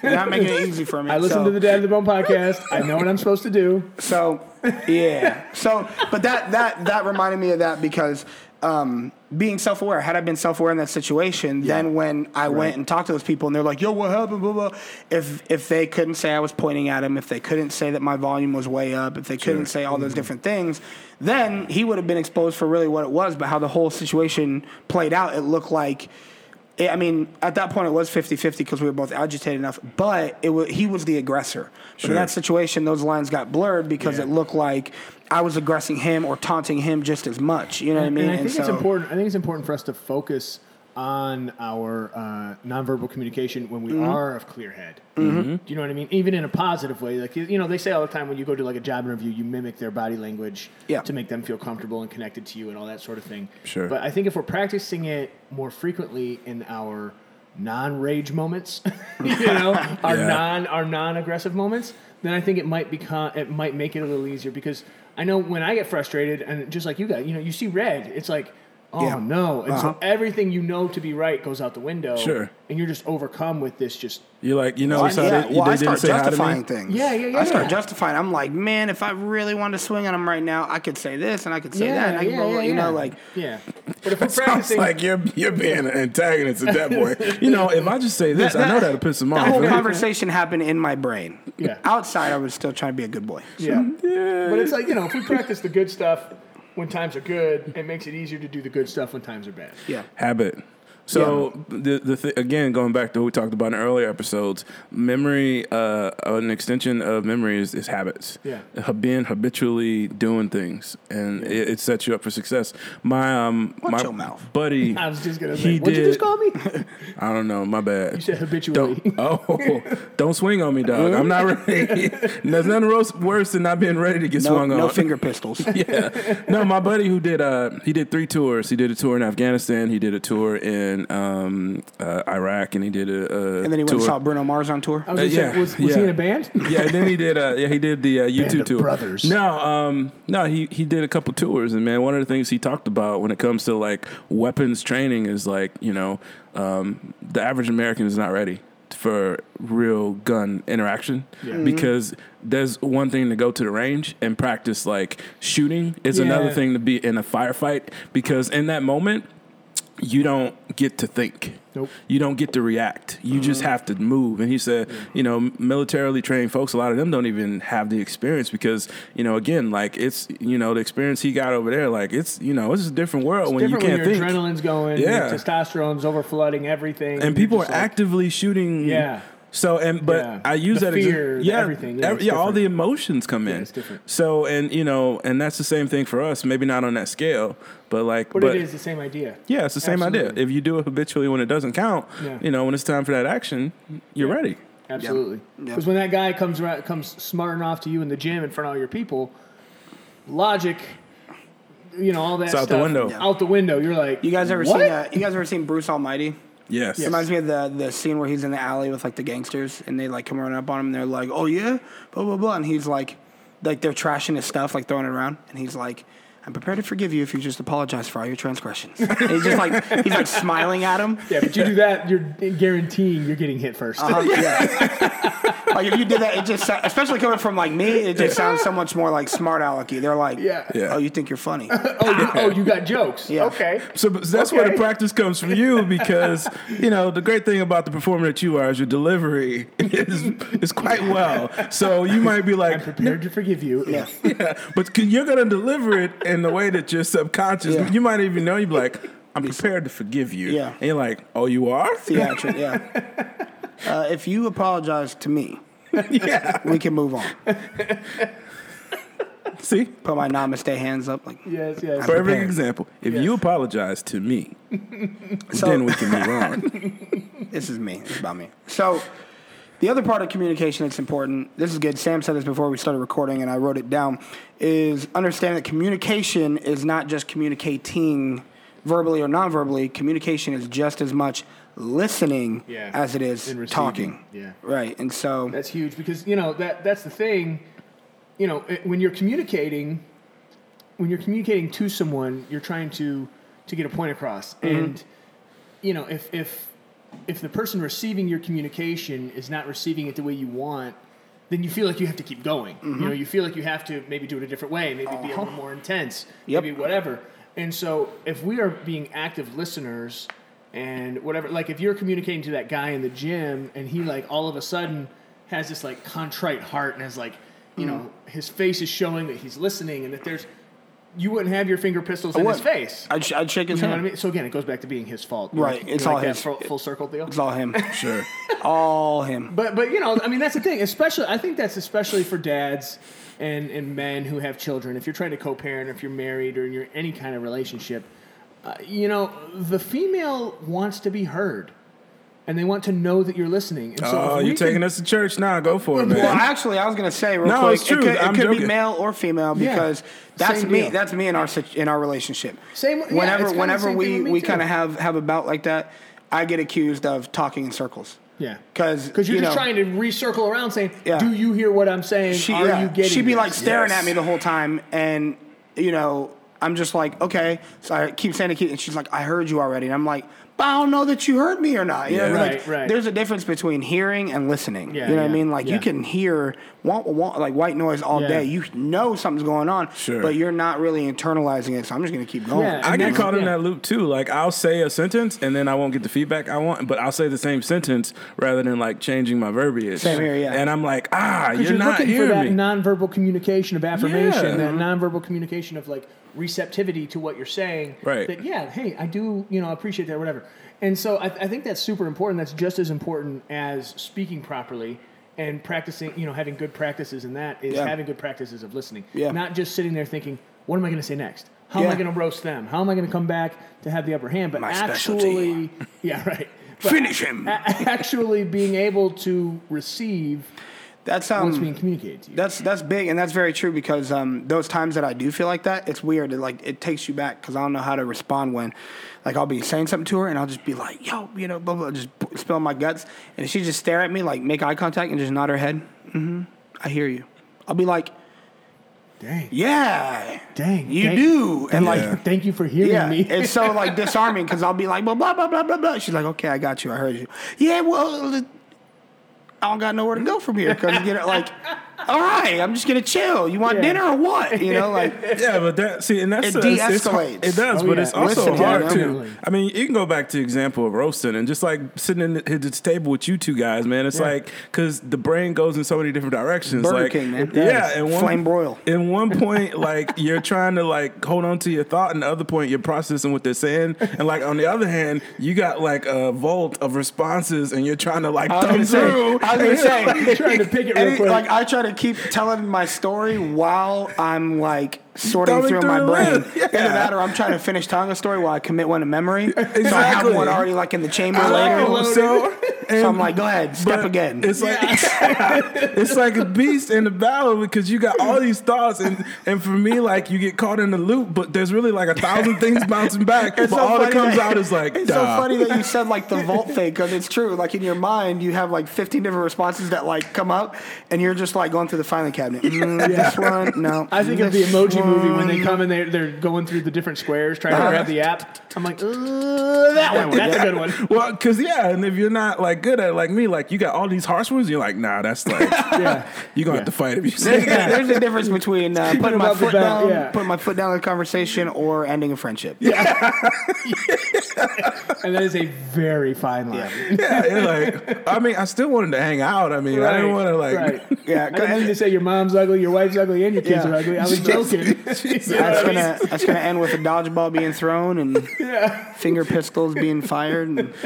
S3: You're not making it easy for me.
S1: I listen
S3: so-
S1: to the Dad of the Bone podcast. I know what I'm supposed to do.
S3: So yeah. So but that that that reminded me of that because um, being self aware. Had I been self aware in that situation, then when I went and talked to those people and they're like, "Yo, what happened?" Blah blah. If if they couldn't say I was pointing at him, if they couldn't say that my volume was way up, if they couldn't say all those different things, then he would have been exposed for really what it was. But how the whole situation played out, it looked like. eh, I mean, at that point, it was 50 50 because we were both agitated enough, but it wa he was the aggressor. But in that situation, those lines got blurred because it looked like I was aggressing him or taunting him just as much. You know what I mean?
S1: And I think it's
S3: so-
S1: important. I think it's important for us to focus on our uh, nonverbal communication when we
S3: Mm-hmm.
S1: are of clear head. Do you know what I mean? Even in a positive way, like you- you know, they say all the time when you go to like a job interview, you mimic their body language
S3: Yeah.
S1: to make them feel comfortable and connected to you and all that sort of thing.
S2: Sure.
S1: But I think if we're practicing it more frequently in our non-rage moments, you know, our
S2: Yeah.
S1: non our non-aggressive moments, then I think it might become it might make it a little easier because I know when I get frustrated and just like you guys, you know, you see red, it's like oh
S3: Yeah.
S1: no, and
S3: Uh-huh.
S1: so everything you know to be right goes out the window.
S2: Sure.
S1: and you're just overcome with this just
S2: You're like, you know,
S3: I-
S2: so
S3: yeah,
S2: they,
S3: well,
S2: they
S3: I
S2: didn't
S3: start
S2: say hi to
S3: justifying
S2: me.
S3: things.
S1: Yeah, yeah, yeah,
S3: I start
S1: yeah.
S3: justifying. I'm like, man, if I really wanted to swing on him right now, I could say this and I could say that. And I could blah, blah, you know, like,
S1: yeah. But if we're
S2: Sounds
S1: practicing,
S2: like you're you're being an antagonist at that point. You know, if I just say this, I know that'll piss him off.
S3: that whole
S2: right?
S3: conversation happened in my brain.
S1: Yeah.
S3: Outside, I was still trying to be a good boy.
S1: yeah.
S2: Yeah.
S1: But it's like, you know, if we practice the good stuff when times are good, it makes it easier to do the good stuff when times are bad.
S3: Yeah.
S2: habit. So the the th- again going back to what we talked about in earlier episodes, memory, uh, an extension of memory is, is habits.
S1: Yeah.
S2: Ha- being habitually doing things, and it, it sets you up for success. My um, my
S3: your mouth.
S2: buddy,
S1: I was just gonna say,
S2: he
S1: what'd you
S2: did-
S1: just call me?
S2: I don't know. My bad. You
S1: said habitually.
S2: Don't, oh, don't swing on me, dog. I'm not ready. There's nothing worse- worse than not being ready to get
S3: No,
S2: swung
S3: no
S2: on.
S3: finger pistols.
S2: yeah. No, my buddy who did uh he did three tours. He did a tour in Afghanistan. He did a tour in um uh, Iraq, and he did a, a
S3: And then he went
S2: tour.
S3: and saw Bruno Mars on tour.
S1: I was, just
S2: Uh, yeah,
S1: saying, was, was he
S2: yeah.
S1: in a band?
S2: yeah, and then he did. Uh, yeah, he did the uh, U two
S1: of
S2: tour.
S1: Brothers.
S2: No, um, no, he he did a couple tours, and man, one of the things he talked about when it comes to like weapons training is like you know um, the average American is not ready for real gun interaction
S1: Mm-hmm.
S2: because there's one thing to go to the range and practice like shooting is another
S1: Yeah.
S2: thing to be in a firefight because in that moment you don't get to think.
S1: Nope. Mm-hmm.
S2: You don't get to react. You just have to move. And he said, you know, militarily trained folks, a lot of them don't even have the experience because, you know, again, like it's, you know, the experience he got over there, like it's, you know, it's a different world when
S1: Different
S2: you
S1: when
S2: can't
S1: your
S2: think.
S1: adrenaline's going,
S2: Yeah.
S1: your testosterone's overflooding everything,
S2: and
S1: you're
S2: people are
S1: just like-
S2: actively shooting.
S1: Yeah.
S2: So and but
S1: Yeah.
S2: I use
S1: The
S2: that exa-
S1: fear, the
S2: yeah
S1: everything. Yeah,
S2: ev-
S1: it's
S2: yeah all
S1: different.
S2: the emotions come in
S1: it's different.
S2: so and you know and that's the same thing for us maybe not on that scale but like
S1: But,
S2: but
S1: it is the same idea.
S2: Yeah, it's the same idea.
S1: Absolutely.
S2: If you do it habitually when it doesn't count,
S1: Yeah.
S2: you know, when it's time for that action, you're ready.
S1: Absolutely.
S3: Yeah.
S1: Because when that guy comes around, comes smarting off to you in the gym in front of all your people, logic, you know, all that
S2: It's out the
S1: stuff
S2: window. Yeah.
S1: Out the window. You're like,
S3: You guys ever
S1: what?
S3: seen? Uh, you guys ever seen Bruce Almighty?
S2: Yes.
S3: Reminds me of the the scene where he's in the alley with like the gangsters, and they like come running up on him, and they're like, "Oh yeah, blah blah blah," and he's like, like they're trashing his stuff, like throwing it around, and he's like. I'm prepared to forgive you if you just apologize for all your transgressions. And he's just like he's like smiling at him.
S1: Yeah, but you do that, you're guaranteeing you're getting hit 1st
S3: Uh-huh, yeah. like if you did that, it just sou- especially coming from like me, it just sounds so much more like smart alecky. They're like,
S1: Yeah.
S2: Yeah.
S3: oh, you think you're funny?
S1: Oh, you, oh, you got jokes.
S3: Yeah.
S1: Okay.
S2: So but that's where the
S1: Okay.
S2: practice comes from you because, you know, the great thing about the performer that you are is your delivery is, is quite well. So you might be like,
S1: Prepared to forgive you.
S3: Yeah.
S2: yeah, but c- you're going to deliver it in the way that your subconscious,
S3: Yeah.
S2: you might even know, you'd be like, I'm prepared to forgive you.
S3: Yeah.
S2: And you're like, oh, you are?
S3: Theatric, yeah. Uh, if you apologize to me,
S2: yeah.
S3: we can move on.
S2: See?
S3: Put my namaste hands up. Like,
S1: Yes, yes.
S2: Perfect
S3: Prepared.
S2: example. If
S1: Yes.
S2: you apologize to me,
S3: So-
S2: then we can move on.
S3: this is me. This is about me. So, the other part of communication that's important, this is good. Sam said this before we started recording, and I wrote it down, is understand that communication is not just communicating verbally or non-verbally. Communication is just as much listening
S1: Yeah.
S3: as it is
S1: And receiving.
S3: talking.
S1: Yeah.
S3: Right. And so,
S1: That's huge because you know that that's the thing. You know, it- when you're communicating, when you're communicating to someone, you're trying to to get a point across,
S3: Mm-hmm.
S1: and you know if if if the person receiving your communication is not receiving it the way you want. Then you feel like you have to keep going.
S3: Mm-hmm.
S1: You know, you feel like you have to maybe do it a different way, maybe be a little more intense,
S3: Uh-huh. Yep.
S1: maybe whatever. And so, if we are being active listeners and whatever, like if you're communicating to that guy in the gym and he like all of a sudden has this like contrite heart and has like, you
S3: Mm-hmm.
S1: know, his face is showing that he's listening and that there's, you wouldn't have your finger pistols in his
S3: wouldn't.
S1: face.
S3: I'd, sh- I'd shake his
S1: You know
S3: hand.
S1: what I mean? So again, it goes back to being his fault,
S3: Right,
S1: You
S3: it's
S1: like
S3: all
S1: that
S3: his-
S1: full, full circle deal.
S3: It's all him.
S2: Sure.
S3: all him.
S1: But but you know, I mean, that's the thing. Especially, I think that's especially for dads and and men who have children. If you're trying to co-parent, if you're married, or you're any kind of relationship, uh, you know, the female wants to be heard, and they want to know that you're listening. And so if
S2: Oh,
S1: we
S2: you're
S1: can-
S2: taking us to church now. go for it, man.
S3: Well, actually, I was gonna say real
S2: No,
S3: quick.
S2: it's true.
S3: It could, it
S2: I'm
S3: could be
S2: joking.
S3: male or female
S1: Yeah.
S3: because that's
S1: Same
S3: me.
S1: deal.
S3: That's me in our sit- in our relationship.
S1: Same- yeah, it's
S3: Whenever
S1: kinda
S3: whenever
S1: same thing
S3: we
S1: with me
S3: we
S1: too.
S3: kind of have have a bout like that, I get accused of talking in circles.
S1: yeah,
S3: 'Cause,
S1: because you're
S3: you
S1: just
S3: know-
S1: trying to recircle around saying,
S3: Yeah.
S1: "Do you hear what I'm saying?
S3: She
S1: Are
S3: yeah,
S1: you getting?"
S3: she'd be
S1: this?"
S3: like staring
S2: Yes.
S3: at me the whole time, and you know. I'm just like, okay. So I keep saying to Keith, and she's like, I heard you already. And I'm like, but I don't know that you heard me or not. You know,
S2: Yeah.
S3: like,
S1: Right, right.
S3: There's a difference between hearing and listening.
S1: Yeah,
S3: you know what I
S1: yeah,
S3: mean? Like,
S1: yeah.
S3: you can hear wah, wah, wah, like white noise all
S1: Yeah.
S3: day. You know something's going on,
S2: Sure.
S3: but you're not really internalizing it. So I'm just going to keep going.
S1: Yeah.
S2: I
S1: And
S2: get
S1: that's-
S2: caught in
S1: yeah.
S2: that loop too. Like I'll say a sentence and then I won't get the feedback I want, but I'll say the same sentence rather than like changing my verbiage.
S3: Same here, yeah.
S2: And I'm like, ah, you're,
S1: Because you're,
S2: not
S1: looking for that
S2: hearing me.
S1: nonverbal communication of affirmation,
S2: Yeah.
S1: that nonverbal communication of like receptivity to what you're saying.
S2: Right.
S1: That yeah, hey, I do, you know, appreciate that, whatever. And so I, I think that's super important. That's just as important as speaking properly and practicing, you know, having good practices in that is
S3: Yeah.
S1: having good practices of listening.
S3: Yeah.
S1: Not just sitting there thinking, what am I going to say next? How am I
S3: Yeah.
S1: going to roast them? How am I going to come back to have the upper hand? But
S3: My
S1: actually, yeah, right. But
S3: Finish him.
S1: a- actually being able to receive
S3: That's
S1: what's
S3: um,
S1: being communicated to you.
S3: That's that's big, and that's very true because um, those times that I do feel like that, it's weird. It, like it takes you back because I don't know how to respond when, like, I'll be saying something to her and I'll just be like, "Yo, you know, blah blah," just p- spill my guts, and she just stare at me, like make eye contact, and just nod her head. Mm-hmm. I hear you. I'll be like,
S1: Dang.
S3: "Yeah,
S1: Dang.
S3: you
S1: Thank-
S3: do," and like.
S2: Yeah.
S1: Thank you for hearing
S3: Yeah,
S1: me.
S3: it's so like disarming because I'll be like, blah blah blah blah blah blah. She's like, okay, I got you, I heard you. Yeah, well, I don't got nowhere to go from here because you know, like, all right, I'm just gonna chill. You want
S1: Yeah.
S3: dinner or what? You know, like,
S2: Yeah, but that see, and that's
S3: It
S2: uh, it's- it's-
S3: de-escalates.
S2: It does,
S1: Oh,
S2: but
S1: yeah.
S2: it's also
S3: Listen,
S2: hard
S3: yeah,
S2: too.
S1: definitely.
S2: I mean, you can go back to the example of roasting and just like sitting in the- at this table with you two guys, man. It's like because the brain goes in so many different directions.
S3: Burger
S2: like,
S3: King, man.
S2: yeah, and one
S3: Flame broil.
S2: In one point, like you're trying to like hold on to your thought, and the other point you're processing what they're saying, and like on the other hand, you got like a vault of responses, and you're trying to like
S3: I was
S2: thumb
S3: gonna say,
S2: through.
S3: I was gonna say,
S1: Trying to pick it
S3: and
S1: real
S3: it-
S1: quick.
S3: like I try to keep telling my story while I'm like sorting
S2: Thumbing
S3: through, my
S2: through the
S3: brain.
S2: list. Yeah.
S3: Either that, or I'm trying to finish telling a story while I commit one to memory. So I have
S2: Exactly.
S3: one already like in the chamber
S2: I
S3: later.
S2: know, so, and-
S3: so I'm like, go ahead, step
S2: But
S3: again.
S2: It's like it's like a beast in the battle because you got all these thoughts and and for me like you get caught in the loop, but there's really like a thousand things bouncing back, but
S3: It's so
S2: all that
S3: funny
S2: comes out is like
S3: it's
S2: "Duh."
S3: so funny that you said like the vault thing because it's true. Like in your mind, you have like 15 different responses that like come up, and you're just like going through the filing cabinet. Mm, This one, no.
S1: I think of the
S3: This
S1: emoji movie when they
S3: one.
S1: come and they're, they're going through the different squares trying to
S3: Uh-huh.
S1: grab the app. I'm like, "Uh, that one. That's a good one.
S2: Well, cause yeah, and if you're not like good at it, like me, like you got all these harsh ones, you're like, nah, that's like
S1: Yeah.
S2: you're gonna have to fight if you
S3: There's,
S2: say that.
S3: there's a difference between uh, putting my
S1: about the
S3: foot
S1: bat,
S3: down,
S1: yeah.
S3: putting my foot down in a conversation, or ending a friendship.
S1: And that is a very fine line.
S2: Yeah, you're like I mean, I still wanted to hang out. I mean, I didn't want to like.
S1: Right.
S3: Yeah,
S1: I didn't mean to say your mom's ugly, your wife's ugly, and your kids
S3: Yeah.
S1: are ugly. I was joking.
S3: That's gonna that's gonna end with a dodgeball being thrown and finger pistols being fired. And,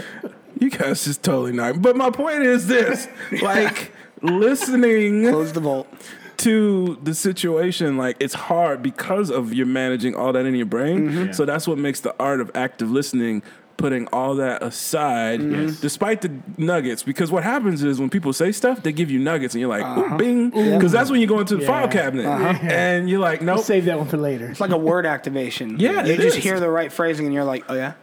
S2: You guys just totally not. But my point is this: like listening
S3: Close the vault.
S2: to the situation, like it's hard because of you're managing all that in your brain.
S3: Mm-hmm.
S2: So that's what makes the art of active listening putting all that aside
S3: Mm-hmm.
S2: despite the nuggets because what happens is when people say stuff they give you nuggets and you're like
S3: Uh-huh.
S2: ooh, bing because that's when you go into the file
S1: Yeah.
S2: cabinet and you're like nope
S1: Save that one for later.
S3: It's like a word activation.
S2: Yeah,
S3: you
S2: it
S3: just
S2: is.
S3: hear the right phrasing and you're like, oh yeah.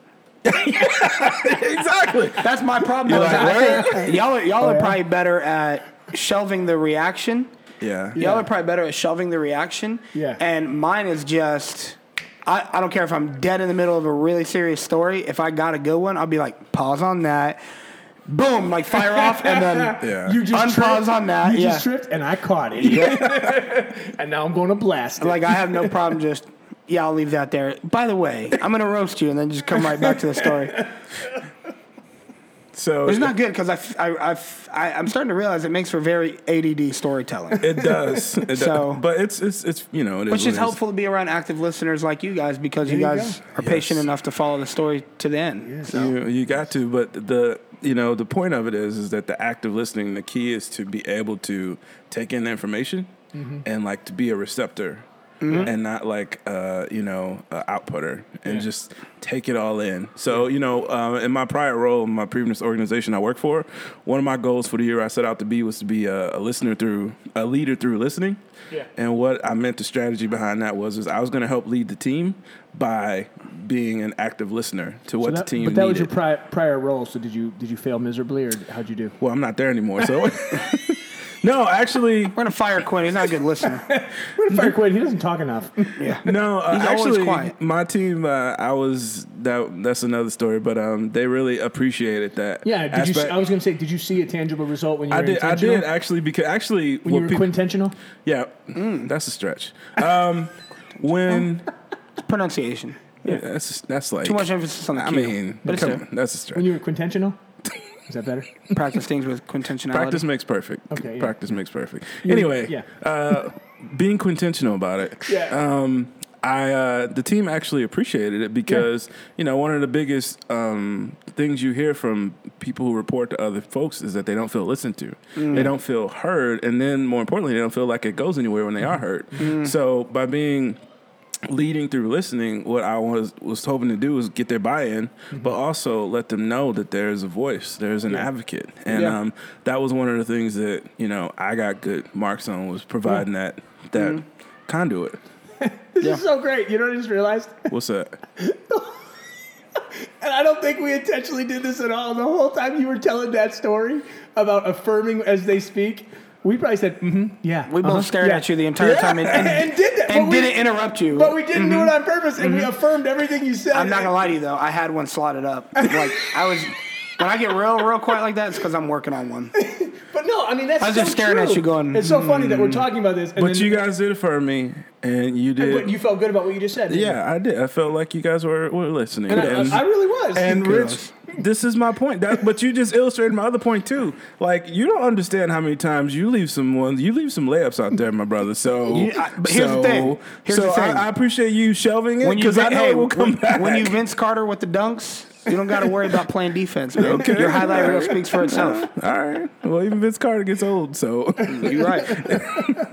S2: exactly
S3: That's my problem.
S2: You're
S3: is
S2: like,
S3: I think y'all are, y'all are probably better at shelving the reaction.
S2: yeah
S3: Y'all are probably better at shelving the reaction.
S1: Yeah.
S3: And mine is just, I, I don't care if I'm dead in the middle of a really serious story. If I got a good one, I'll be like, pause on that. Boom, like fire off, and then
S2: Yeah.
S1: You just
S3: Unpause
S1: tripped.
S3: on that,
S1: You
S3: yeah.
S1: just tripped, and I caught it. and now I'm going to blast it.
S3: like I have no problem just. Yeah, I'll leave that there. By the way, I'm gonna roast you and then just come right back to the story.
S2: so
S3: It's not good because I, f- I, I f- I, am starting to realize it makes for very ADD storytelling,
S2: it does it does
S3: So-
S2: but it's it's it's you know it is
S3: which
S2: what it
S3: is helpful to be around active listeners like you guys because you
S1: There you
S3: guys are patient
S2: Yes.
S3: enough to follow the story to the end. So.
S2: You, you got to, but the you know the point of it is is that the active listening, the key is to be able to take in the information and like to be a receptor and not like uh, you know a outputter and just take it all in. So you know uh, in my prior role, in my previous organization I work for, one of my goals for the year I set out to be was to be a, a listener through a leader through listening.
S1: Yeah.
S2: And what I meant the strategy behind that was is I was going to help lead the team by being an active listener to what
S1: But that-
S2: the team
S1: but that was your
S2: needed.
S1: prior, prior role. So did you did you fail miserably, or how'd you do?
S2: Well, I'm not there anymore, so no, actually,
S3: We're gonna fire Quinn. He's not a good listener.
S1: Fire Quinn, he doesn't talk enough.
S2: no, uh,
S3: He's always
S2: actually,
S3: quiet.
S2: my team, uh, I was that. That's another story, but um, they really appreciated that.
S1: Yeah, did you? See,
S2: aspect.
S1: I was going to say, did you see a tangible result when you
S2: I
S1: were
S2: did. I
S1: intentional?
S2: did actually because actually,
S1: When
S2: what
S1: you were Mm.
S2: peop-
S1: quintentional?
S2: yeah, that's a stretch. Um, when
S3: Pronunciation.
S2: yeah, that's that's like
S3: Too much emphasis on the
S2: I
S3: Q,
S2: mean,
S3: but it's
S2: come
S3: there.
S2: on, that's a
S1: When
S2: stretch.
S1: you were quintentional? Is that better?
S3: Practice things with quintentionality.
S2: Practice makes perfect.
S1: Okay, yeah.
S2: Practice makes perfect. Anyway,
S1: yeah.
S2: uh, being quintentional about it.
S1: Yeah.
S2: Um, I uh, the team actually appreciated it because you know one of the biggest um, things you hear from people who report to other folks is that they don't feel listened to,
S1: Mm.
S2: they don't feel heard, and then more importantly, they don't feel like it goes anywhere when they
S1: Mm-hmm.
S2: are heard.
S1: Mm.
S2: So by being leading through listening, what I was was hoping to do was get their buy-in,
S1: Mm-hmm.
S2: but also let them know that there is a voice, there is an advocate, and
S1: Yeah.
S2: um, that was one of the things that you know I got good marks on was providing that that
S1: Mm-hmm.
S2: conduit.
S1: This is so great. You know what I just realized?
S2: What's that?
S1: And I don't think we intentionally did this at all. The whole time you were telling that story about affirming as they speak, we probably said, mm-hmm, yeah.
S3: We both
S1: uh-huh,
S3: stared
S1: yeah."
S3: at you the entire
S1: Yeah,
S3: time and, and,
S1: and did that.
S3: and
S1: but we-
S3: didn't interrupt you.
S1: But we didn't do it on purpose, and we affirmed everything you said.
S3: Mm-hmm. I'm not gonna lie to you though. I had one slotted up. Like I was when I get real, real quiet like that, it's because I'm working on one.
S1: But no, I mean that's.
S3: I was
S1: so
S3: just staring at
S1: true.
S3: you going, hmm.
S1: It's so funny that we're talking about this, and
S2: But
S1: then,
S2: you guys did affirm me, and you did.
S1: but you felt good about what you just said. didn't you?
S2: yeah, I did. I felt like you guys were, were listening.
S1: And I- I, really was.
S2: and
S3: Kudos.
S2: Rich, this is my point. That, but you just illustrated my other point too. Like you don't understand how many times you leave someone, you leave some layups out there, my brother. So,
S3: You- I- but here's the
S2: so-
S3: thing. Here's
S2: so
S3: the thing.
S2: I, I appreciate you shelving it
S3: When you
S2: because I know
S3: hey,
S2: it will come
S3: when,
S2: back.
S3: when you Vince Carter with the dunks, you don't gotta worry about playing defense, man. Your highlight reel speaks for itself.
S2: all right. Well, even Vince Carter gets old, so
S3: You're right.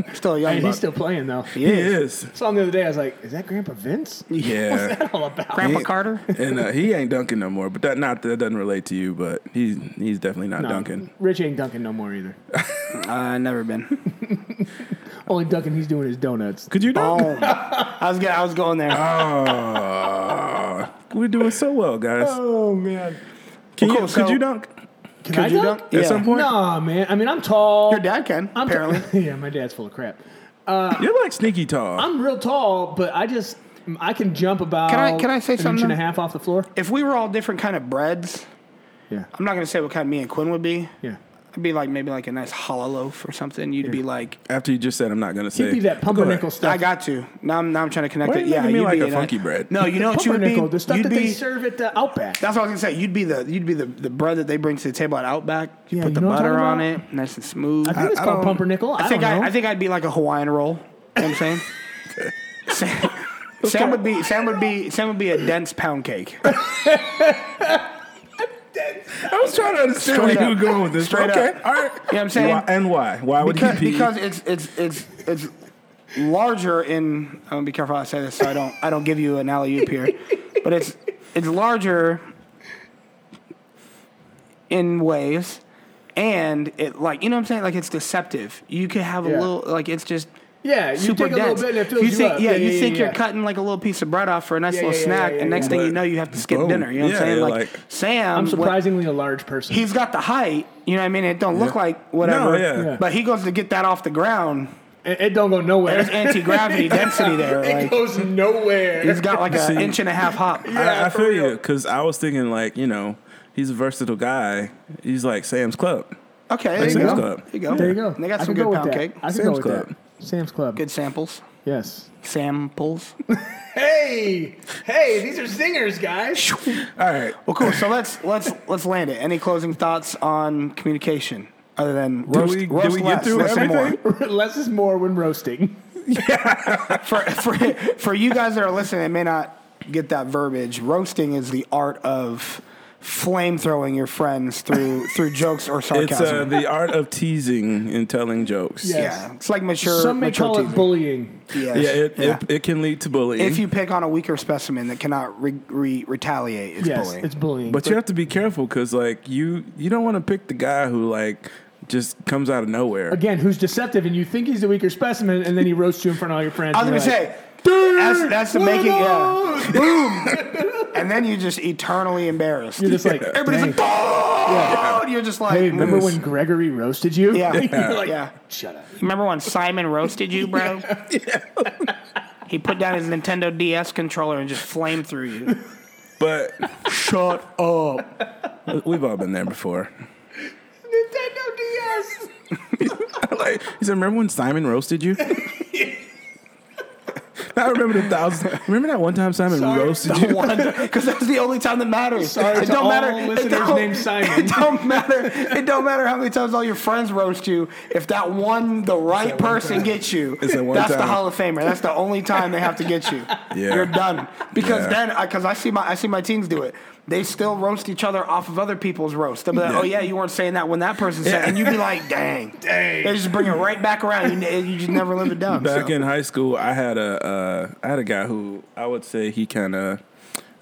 S3: Still a young
S1: And
S3: buck.
S1: he's still playing though.
S2: he is.
S1: Saw him the other day. I was like, "Is that Grandpa Vince?
S2: Yeah.
S1: What's that all about?"
S3: Grandpa Carter.
S2: and uh, he ain't dunking no more. But that not that doesn't relate to you. But he's he's definitely not
S1: No,
S2: dunking.
S1: Rich ain't dunking no more either.
S3: Uh, never been.
S1: Only dunking he's doing is donuts.
S2: Could you dunk?
S3: Boom. Oh. I was gonna, I was going there.
S1: Uh,
S2: Oh. we're doing so well, guys.
S1: Oh man,
S2: Can
S3: Well,
S2: you,
S3: cool,
S2: could
S3: so-
S2: you dunk?
S1: can
S3: Could
S1: I
S3: you
S1: dunk?
S3: dunk? Yeah.
S2: At some point,
S1: Nah, man. I mean, I'm tall.
S3: Your dad can
S1: I'm t-
S3: apparently.
S1: yeah, my dad's full of crap.
S3: uh,
S2: you're like sneaky tall.
S1: I'm real tall, but I just I can jump about.
S3: Can I- can I say
S1: an
S3: something,
S1: Inch and a
S3: though?
S1: half off the floor.
S3: if we were all different kind of breads,
S1: Yeah,
S3: I'm not gonna say what kind me and Quinn would be.
S1: yeah.
S3: I'd be like maybe like a nice hollow loaf or something. You'd be like,
S2: After you just said, I'm not gonna say.
S1: You'd be that
S2: Go ahead.
S1: pumpernickel stuff.
S3: I got to. Now I'm now I'm trying to connect
S2: Why are
S3: it.
S2: you
S3: Yeah,
S2: making me
S3: you'd
S2: like
S3: be
S2: a
S3: an-
S2: funky bread?
S3: No, you know what you would be.
S1: Pumpernickel, the stuff
S3: you'd
S1: that
S3: be,
S1: they serve at the Outback.
S3: That's what I was gonna say. You'd be the you'd be the, the bread that they bring to the table at Outback. You
S1: Yeah,
S3: put
S1: you
S3: the
S1: know what I'm
S3: butter on
S1: talking
S3: it, nice and smooth.
S1: I think it's
S2: I
S1: called
S2: don't-
S1: pumpernickel. I,
S3: I think
S1: don't know.
S3: I, I think I'd be like a Hawaiian roll. You know what I'm saying? Sam, Sam would be Sam would be Sam would be a dense pound cake.
S2: I was trying to understand where you
S3: Straight
S2: were
S3: up.
S2: going with this.
S3: Straight
S2: okay,
S3: up.
S2: all right.
S3: know what I'm saying?
S2: Why, and why? Why would
S3: because,
S2: he be?
S3: because it's it's it's it's larger in. I'm gonna be careful how I say this, so I don't I don't give you an alley oop here. But it's it's larger in ways, and it like you know what I'm saying. Like it's deceptive. You could have a
S1: Yeah.
S3: little like it's just.
S1: yeah, you
S3: super
S1: take a
S3: dense.
S1: little bit and it fills
S3: you
S1: you,
S3: think,
S1: up.
S3: Yeah, you think
S1: yeah,
S3: you're cutting like a little piece of bread off for a nice
S1: Yeah,
S3: little
S1: yeah, yeah,
S3: snack,
S1: yeah,
S3: and next
S1: yeah.
S3: thing you
S2: But-
S3: know, you have to skip
S2: boom.
S3: dinner. You know what
S2: Yeah,
S3: I'm saying?
S2: yeah,
S3: Like,
S2: like-
S3: Sam,
S1: I'm
S3: what-
S1: surprisingly a large person.
S3: he's got the height. You know what I mean? It don't look like
S2: No,
S3: whatever.
S2: yeah.
S1: Yeah.
S3: But he goes to get that off the ground.
S1: it, it don't go nowhere.
S3: There's anti gravity density there.
S1: it
S3: Like,
S1: goes nowhere.
S3: he's got like an
S2: See.
S3: inch and a half hop.
S1: Yeah,
S2: I, I
S1: for
S2: feel
S1: real.
S2: you because I was thinking like you know he's a versatile guy. He's like Sam's Club.
S3: Okay, there you
S2: Sam's
S3: go.
S2: Club.
S3: There you go.
S1: there you go.
S3: They
S1: I
S3: got
S1: could
S3: some
S1: go
S3: good
S1: with
S3: pound
S1: that.
S3: cake.
S1: I could go
S2: Sam's
S1: with
S2: Club.
S1: that. Sam's Club.
S3: Good samples.
S1: Yes.
S3: Samples.
S1: Hey, hey, these are singers, guys.
S2: All right.
S3: Well, cool. So let's let's let's land it. Any closing thoughts on communication other than roast,
S2: we- did
S3: roast
S2: we get
S3: less,
S2: through
S3: listen more?
S2: everything?
S1: Less is more when roasting.
S3: for, for, for you guys that are listening and may not get that verbiage, roasting is the art of flame throwing your friends through through jokes or
S2: It's uh,
S3: sarcasm.
S2: the art of teasing and telling jokes.
S1: Yeah.
S3: yeah, it's like mature.
S1: Some may
S3: mature
S1: call it
S3: teasing.
S1: bullying.
S3: Yes.
S2: Yeah, it,
S3: Yeah.
S2: It, it can lead to bullying.
S3: if you pick on a weaker specimen that cannot re- re- retaliate, it's
S1: yes,
S3: bullying.
S1: it's bullying.
S2: but you have to be careful because like you you don't want to pick the guy who like just comes out of nowhere.
S1: again, who's deceptive, and you think he's the weaker specimen, and then he roasts you in front of all your friends.
S3: I was gonna
S1: and you're like,
S3: say. that's, that's the making, yeah. Boom, and then you're just eternally embarrassed.
S1: You're just like,
S3: everybody's like, "Oh!" You're just like,
S1: Hey, remember when Gregory roasted you?
S3: Yeah.
S1: You're like,
S3: Yeah.
S1: Shut up.
S3: Remember when Simon roasted you, bro? he put down his Nintendo DS controller and just flamed through you.
S2: But
S3: Shut up.
S2: we've all been there before.
S1: Nintendo DS.
S2: like he said, remember when Simon roasted you? I remember the thousands. Remember that one time Simon roasted you?
S3: because that's the only time that matters.
S1: Sorry to
S3: it don't
S1: all
S3: matter.
S1: listeners
S3: it don't,
S1: named Simon.
S3: It don't matter. It don't matter how many times all your friends roast you. If that one, the right person gets you,
S2: It's that one
S3: that's the
S2: time.
S3: Hall of Famer. That's the only time they have to get you.
S2: Yeah.
S3: You're done because
S2: Yeah.
S3: then because I see my I see my teens do it. They still roast each other off of other people's roast. They'll be like,
S2: Yeah.
S3: "Oh yeah, you weren't saying that when that person said,"
S2: Yeah.
S3: it. and you'd be like, "Dang, dang." They just bring it right back around. You, you just never live it down.
S2: Back
S3: so.
S2: in high school, I had a uh, I had a guy who I would say he kind of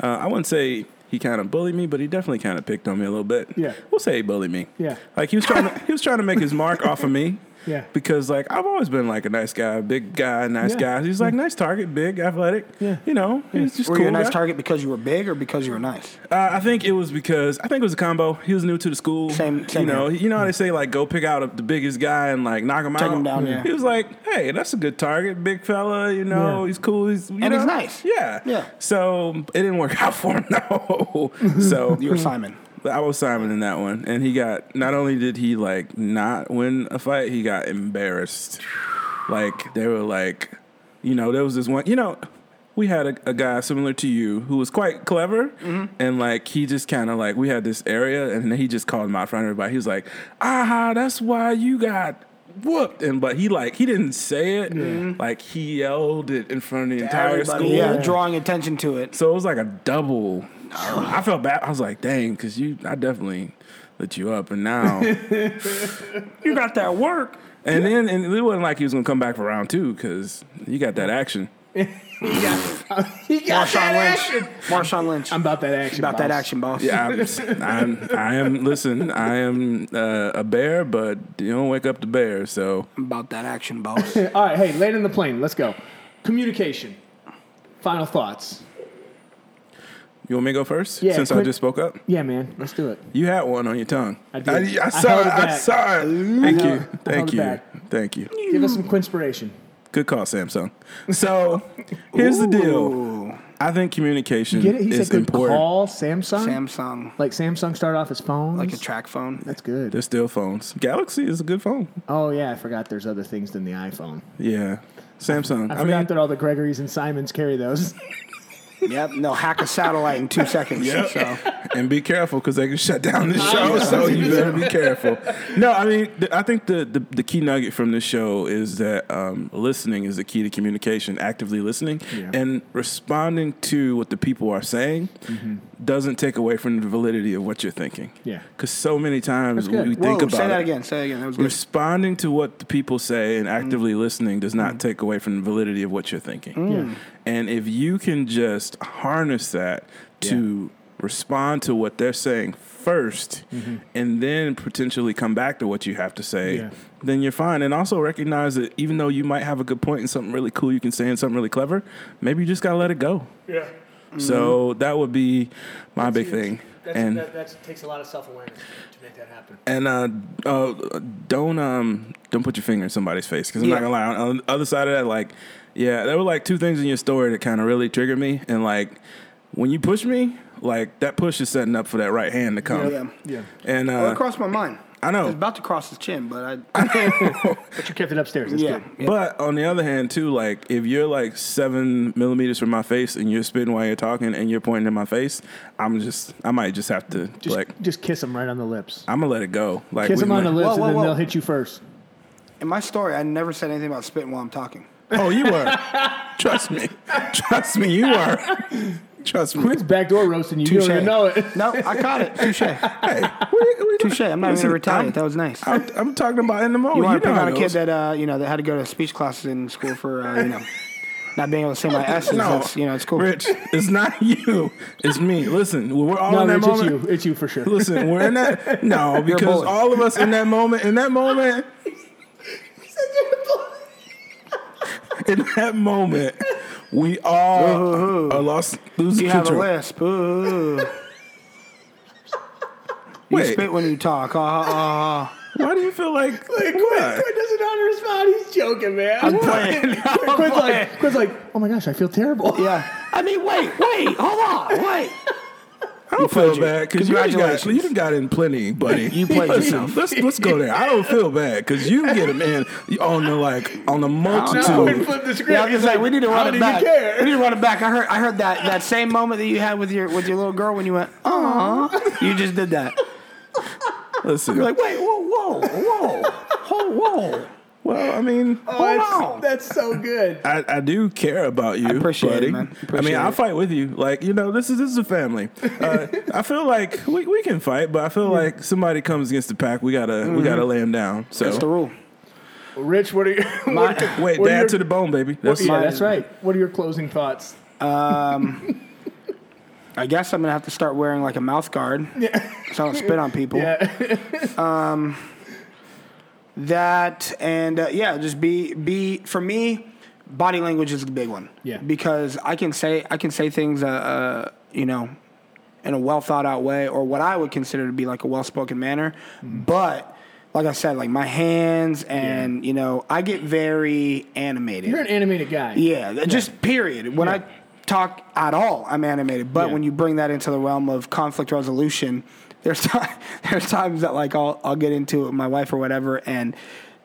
S2: uh, I wouldn't say he kind of bullied me, but he definitely kind of picked on me a little bit.
S1: Yeah.
S2: we'll say he bullied me.
S1: Yeah.
S2: like he was trying to he was trying to make his mark off of me.
S1: Yeah.
S2: because like I've always been like a nice guy, big guy, nice
S1: Yeah.
S2: guy. He's like nice target, big, athletic.
S1: Yeah.
S2: you know, he's just
S3: were
S2: cool.
S3: you a nice
S2: guy.
S3: target because you were big or because you were nice?
S2: Uh, I think it was because I think it was a combo. He was new to the school.
S3: Same- same
S2: you know,
S3: here. Mm.
S2: you know how they say like go pick out the biggest guy and like knock him
S3: Take
S2: out.
S3: him down, yeah.
S2: He was like, hey, that's a good target, big fella. You know,
S1: Yeah.
S2: he's cool. He's you
S3: And he's
S2: know?
S3: nice.
S2: Yeah,
S3: Yeah.
S2: So it didn't work out for him though. so
S3: You were Simon.
S2: I was Simon in that one, and he got. Not only did he like not win a fight, he got embarrassed. Like they were like, you know, there was this one. You know, we had a, a guy similar to you who was quite clever,
S3: Mm-hmm.
S2: and like he just kind of like we had this area, and then he just called him out in front of everybody. He was like, "Aha, that's why you got." Whooped and but he like he didn't say it like he yelled it in front of the entire
S3: Mm-hmm. Everybody,
S2: school
S3: yeah, drawing attention to it.
S2: so it was like a double. I felt bad. I was like, dang, because you, I definitely lit you up, and now you got that work. And then, and it wasn't like he was gonna come back for round two because you got that action.
S1: he got
S3: Marshawn
S1: that
S3: Lynch.
S1: action.
S3: Marshawn Lynch.
S1: I'm about that action.
S3: about that
S1: boss.
S3: action, boss.
S2: Yeah, I'm, I'm, I am. Listen, I am uh, a bear, but you don't wake up the bear. So
S3: About that action, boss.
S1: All right, hey, land in the plane. Let's go. Communication. Final thoughts.
S2: you want me to go first?
S1: Yeah,
S2: Since I
S1: quick-
S2: just spoke up,
S1: Yeah, man, let's do it.
S2: you had one on your tongue.
S1: I did.
S2: I,
S1: I
S2: saw
S1: held
S2: it.
S1: it
S2: I
S1: back.
S2: saw it. Thank
S1: held-
S2: you.
S1: I held
S2: Thank
S1: it
S2: you.
S1: back.
S2: Thank you.
S1: Give us some inspiration.
S2: Good call, Samsung. So here's the deal.
S3: Ooh.
S2: I think communication
S1: Get it? He
S2: is
S1: said, "Good
S2: important.
S1: call, Samsung."
S3: Samsung,
S1: like Samsung started off as phones.
S3: like a track phone.
S1: That's good.
S2: They're still phones. Galaxy is a good phone.
S1: oh yeah, I forgot there's other things than the iPhone.
S2: Yeah. Samsung.
S1: I,
S2: I,
S1: forgot
S2: mean,
S1: that all the Gregories and Simons carry those.
S3: Yep. No, hack a satellite in two seconds. So
S2: and be careful because they can shut down the show. so you better be careful. No, I mean, th- I think the, the, the key nugget from this show is that um, listening is the key to communication, actively listening.
S1: Yeah.
S2: And responding to what the people are saying doesn't take away from the validity of what you're thinking.
S1: Mm-hmm. Yeah.
S2: Because so many times
S1: good.
S2: we think
S3: Whoa,
S2: about
S3: say that
S2: it.
S3: again. Say that again. That was good.
S2: responding to what the people say and actively listening does not take away from the validity of what you're thinking. And if you can just harness that to respond to what they're saying 1st and then potentially come back to what you have to say,
S1: Yeah.
S2: then you're fine. And also recognize that even though you might have a good point and something really cool you can say and something really clever, maybe you just got to let it go.
S1: yeah,
S2: So that would be my big thing. and
S1: that takes a lot of self awareness to make that happen.
S2: and uh, uh, don't um, don't put your finger in somebody's face because I'm
S3: Yeah.
S2: not gonna lie. On the other side of that, like, yeah, there were like two things in your story that kind of really triggered me. And like, when you push me, like that push is setting up for that right hand to come.
S3: Yeah.
S1: Yeah,
S2: And
S3: Well, it
S2: uh,
S3: crossed my mind.
S2: I know.
S3: It was about to cross his chin, but I.
S1: but you kept it upstairs. That's
S3: yeah.
S1: good.
S3: yeah.
S2: But on the other hand, too, like if you're like seven millimeters from my face and you're spitting while you're talking and you're pointing in my face, I'm just I might just have to
S1: Just,
S2: like
S1: just kiss them right on the lips.
S2: I'm gonna let it go. Like
S1: Kiss
S2: we
S1: them on the
S2: might-
S1: lips,
S3: Whoa, whoa,
S1: and then
S3: whoa.
S1: they'll hit you first.
S3: In my story, I never said anything about spitting while I'm talking.
S2: Oh, you were. Trust me. Trust me, you were. Trust me.
S1: It's backdoor roasting. You
S3: Touche.
S1: don't even know it.
S3: No, I caught it. Touche.
S2: Hey, we- we-
S3: Touche. I'm not even
S2: listen,
S3: gonna retaliate.
S2: I'm-
S3: that was nice.
S2: I'm, I'm talking about in the moment.
S3: You want to
S2: Oh, know
S3: pick
S2: how
S3: on
S2: it
S3: a kid
S2: goes.
S3: that uh, you know that had to go to speech classes in school for uh, you know not being able to say my s's.
S2: No,
S3: That's, you know it's cool.
S2: Rich, it's not you. It's me. Listen, we're all
S1: No,
S2: in that
S1: Rich, it's
S2: moment.
S1: you. It's you for sure.
S2: Listen, we're in that. No, because
S3: bully.
S2: all of us in that moment, in that moment, in that moment, we all are lost, losing
S3: You have a
S2: control.
S3: lisp. Ooh. You
S2: Wait,
S3: spit when you talk. Ah, ah,
S2: why do you feel like, like
S1: Quinn doesn't know how to respond. He's joking, man.
S3: I'm playing. I'm
S1: Quinn's
S3: playing.
S1: like, Quinn's like, oh my gosh, I feel terrible.
S3: ah. yeah. I mean, wait, wait, hold on, wait.
S2: I don't feel bad because you, done got
S3: Congratulations.
S2: you done got in plenty, buddy.
S3: You played
S2: Let's-
S3: yourself.
S2: Let's let's go there. I don't feel bad because you get him in on the like on the
S1: No, and
S2: multitude.
S1: flip the script.
S3: Yeah, I was like, we need to
S1: I
S3: run
S1: don't
S3: it
S1: even
S3: back.
S1: care.
S3: We need to run it back. I heard, I heard that that same moment that you had with your with your little girl when you went, "Aw," you just did that.
S2: Listen,
S3: You're like, wait, whoa, whoa, whoa, whoa, whoa.
S2: well, I mean,
S1: Oh,
S3: Wow.
S1: that's, that's so good.
S2: I, I do care about you.
S3: appreciate it,
S2: buddy.
S3: man.
S2: I mean,
S3: Appreciate
S2: I
S3: it.
S2: fight with you. Like you know, this is this is a family. Uh, I feel like we, we can fight, but I feel like somebody comes against the pack, we gotta we gotta lay him down. So
S3: That's Mm-hmm. the rule.
S1: Rich, what are your what are-
S2: wait,
S1: what are
S2: dad
S1: your-
S2: to the bone, baby. That's
S1: yeah,
S3: my-
S1: that's right. What are your closing thoughts?
S3: I guess I'm gonna have to start wearing like a mouth guard, so I don't spit on people.
S1: Yeah.
S3: That and uh, yeah, just be be for me. Body language is a big one.
S1: Yeah.
S3: Because I can say I can say things, uh, uh, you know, in a well thought out way, or what I would consider to be like a well spoken manner.
S1: Mm-hmm.
S3: But like I said, like my hands and you know, I get very animated.
S1: You're an animated guy.
S3: Yeah, th- just period. When I talk at all, I'm animated. But
S1: Yeah.
S3: when you bring that into the realm of conflict resolution, there's ti there's times that like I'll I'll get into it with my wife or whatever, and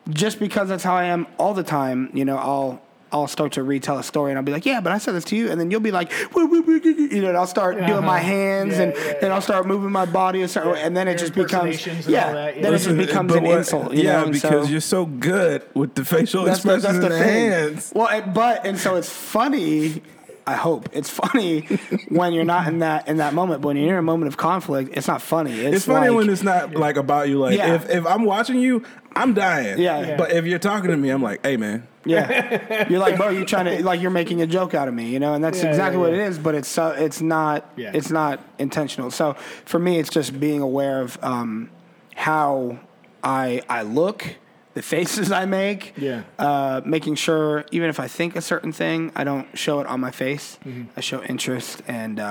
S3: just because that's how I am all the time, you know, I'll. I'll start to retell a story and I'll be like, yeah, but I said this to you. And then you'll be like, "Woo, woo, woo, woo, woo," you know, and I'll start doing
S1: Uh-huh.
S3: my hands
S1: Yeah,
S3: and,
S1: yeah,
S3: and I'll start moving my body a certain way. And then it
S1: Your
S3: just becomes,
S1: impersonations and all
S3: yeah,
S1: that, yeah.
S3: then it just
S2: Listen,
S3: becomes
S2: but
S3: an
S2: what-
S3: insult. You
S2: yeah,
S3: know? and
S2: because
S3: so,
S2: you're so good with the facial expressions in the, hands.
S3: well, it, but and so it's funny. I hope it's funny when you're not in that in that moment. But when you're in a moment of conflict, it's not funny. It's,
S2: It's funny
S3: like,
S2: when it's not like about you. Like
S3: Yeah.
S2: if, if I'm watching you, I'm dying.
S3: Yeah. Yeah.
S2: But if you're talking to me, I'm like, hey man,
S3: yeah, you're like, bro, you're trying to like you're making a joke out of me, you know, and that's
S1: Yeah,
S3: exactly
S1: yeah,
S3: what
S1: yeah.
S3: it is. But it's so it's not
S1: Yeah.
S3: it's not intentional. So for me, it's just being aware of um, how I I look. The faces I make,
S1: Yeah.
S3: uh, making sure even if I think a certain thing, I don't show it on my face. I show interest and uh,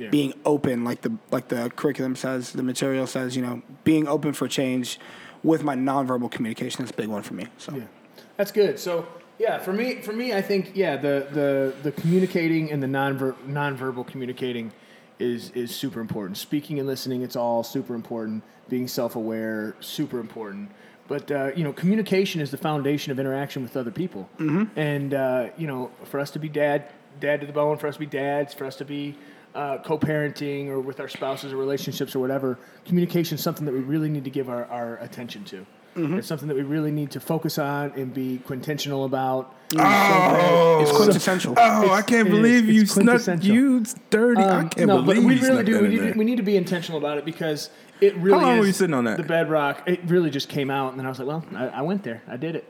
S1: Mm-hmm. Yeah.
S3: being open, like the like the curriculum says, the material says. You know, being open for change with my nonverbal communication is a big one for me. So
S1: Yeah. That's good. So yeah, for me, for me, I think yeah, the the the communicating and the non nonverbal communicating is is super important. Speaking and listening, it's all super important. Being self aware, super important. But uh, you know, communication is the foundation of interaction with other people. Mm-hmm. And uh, you know, for us to be dad, dad to the bone, for us to be dads, for us to be uh, co-parenting or with our spouses or relationships or whatever, communication is something that we really need to give our, our attention to.
S2: Mm-hmm.
S1: It's something that we really need to focus on and be quintessential about.
S2: oh,
S3: it's quintessential.
S2: oh, I can't
S1: it is.
S2: believe you
S1: It's
S2: snuck
S1: quintessential.
S2: you dirty. I
S1: Um,
S2: can't
S1: no,
S2: believe
S1: but we
S2: you
S1: really
S2: snuck
S1: do.
S2: that
S1: We
S2: in
S1: need,
S2: there.
S1: we need to be intentional about it because it really
S2: long
S1: is
S2: were you sitting on that?
S1: the bedrock. It really just came out, and then I was like, well, I, I went there. I did it.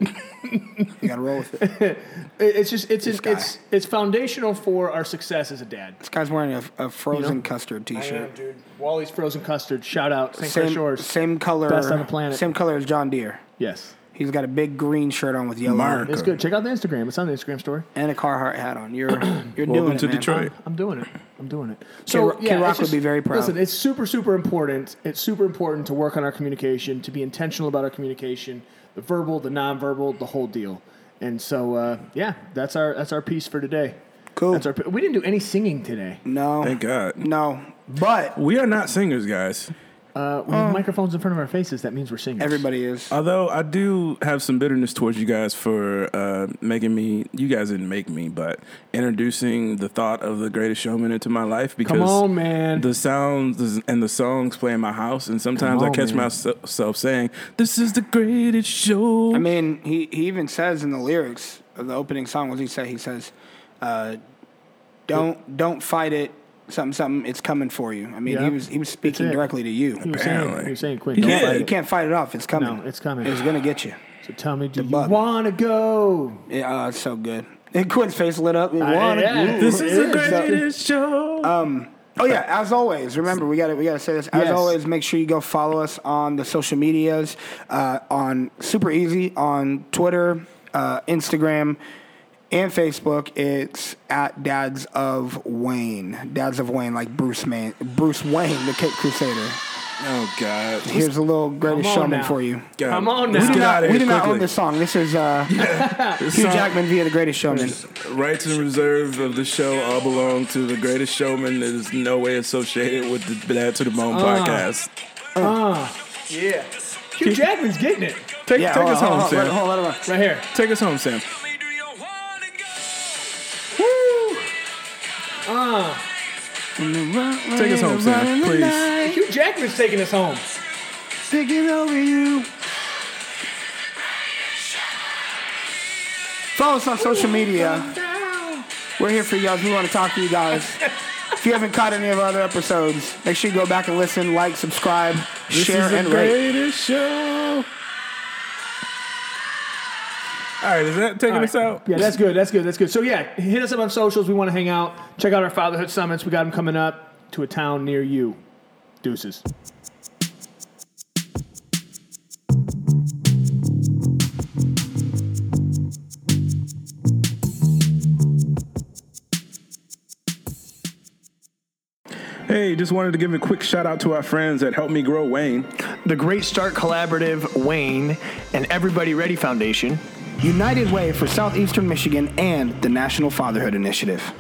S3: you got to roll with it.
S1: It- it's just it's
S3: guy.
S1: it's it's foundational for our success as a dad.
S3: This guy's wearing a, a frozen
S1: You know? uh,
S3: custard T-shirt.
S1: dude. Wally's frozen custard. Shout out St. Clair
S3: Same,
S1: Shores.
S3: same color.
S1: Best on the planet.
S3: Same color as John Deere.
S1: Yes,
S3: He's got a big green shirt on with yellow
S2: Mark.
S1: it's good. Check out the Instagram. It's on the Instagram story.
S3: and a Carhartt hat on. You're you're doing
S2: Welcome
S3: it,
S2: to
S3: man.
S2: Detroit.
S1: I'm doing it. I'm doing it. So
S3: K-
S1: yeah,
S3: K-Rock
S1: it's
S3: would be very proud.
S1: Listen, it's super, super important. It's super important to work on our communication, to be intentional about our communication, the verbal, the nonverbal, the whole deal. And so, uh, yeah, that's our that's our piece for today.
S3: Cool.
S1: That's our. pi- We didn't do any singing today.
S3: No,
S2: Thank God.
S3: no, but
S2: We are not singers, guys.
S1: Uh, we have microphones in front of our faces. That means we're singing.
S3: Oh. everybody is.
S2: Although I do have some bitterness towards you guys for uh, making me, you guys didn't make me, but introducing the thought of the greatest showman into my life because
S1: Come on, man.
S2: the sounds and the songs play in my house, and sometimes
S1: Come on,
S2: I catch
S1: man.
S2: myself saying, "This is the greatest show."
S3: I mean, he, he even says in the lyrics of the opening song, what does he say? He says, uh, "Don't don't fight it." Something something. It's coming for you. I mean,
S1: Yeah.
S3: he was he was speaking
S1: it.
S3: directly to you.
S1: You're saying,
S2: Apparently.
S1: you're saying, Quinn.
S2: You
S1: don't
S2: can't-
S1: fight
S3: You
S1: it.
S3: can't fight it off. It's coming.
S1: No, it's coming.
S3: It's gonna get you.
S1: So tell me, do you
S3: bug.
S1: want to go?
S3: Yeah, oh, it's so good. And Quinn's face lit up. It wanted-
S1: yeah.
S3: Ooh.
S2: this is the
S1: It is.
S2: greatest show.
S3: Oh yeah, as always, remember we got to we got to say this. As
S1: Yes.
S3: always, make sure you go follow us on the social medias, uh, on super easy on Twitter, uh, Instagram, and Facebook. It's at Dads of Wayne, Dads of Wayne, like Bruce Man, Bruce Wayne, the Cape Crusader.
S2: Oh God.
S3: Here's a little greatest
S1: on
S3: showman
S1: now.
S3: for you.
S2: God.
S1: Come on
S2: Let's
S1: now.
S2: get out of
S3: We
S2: here
S3: do not
S2: quickly.
S3: own this song. This is uh,
S2: This
S3: Hugh
S2: song-
S3: Jackman via The Greatest Showman.
S2: Rights and reserve of the show all belong to the greatest showman that is no way associated with the Bad to the Bone
S1: Uh,
S2: podcast.
S1: Yeah. Hugh Jackman's getting it
S2: Take,
S3: Yeah,
S2: take
S1: oh,
S3: hold
S2: us home,
S3: on, hold on,
S2: Sam.
S3: hold on, hold on.
S1: right here.
S2: Take us home, Sam. Take us home, Sam, please.
S1: Hugh Jackman's taking us home.
S3: Sticking over you. Follow us on social media. We're here for you guys. We want to talk to you guys. If you haven't caught any of our other episodes, make sure you go back and listen, like, subscribe,
S2: This
S3: share,
S2: is the
S3: and rate.
S2: greatest show. All right, is that taking
S1: All
S2: us
S1: right.
S2: out?
S1: Yeah, that's good. That's good. That's good. So yeah, hit us up on socials. We want to hang out. Check out our fatherhood summits. We got them coming up to a town near you. Deuces.
S2: Hey, just wanted to give a quick shout out to our friends that helped me grow Wayne.
S4: The Great Start Collaborative, Wayne, and Everybody Ready Foundation.
S3: United Way for Southeastern Michigan and the National Fatherhood Initiative.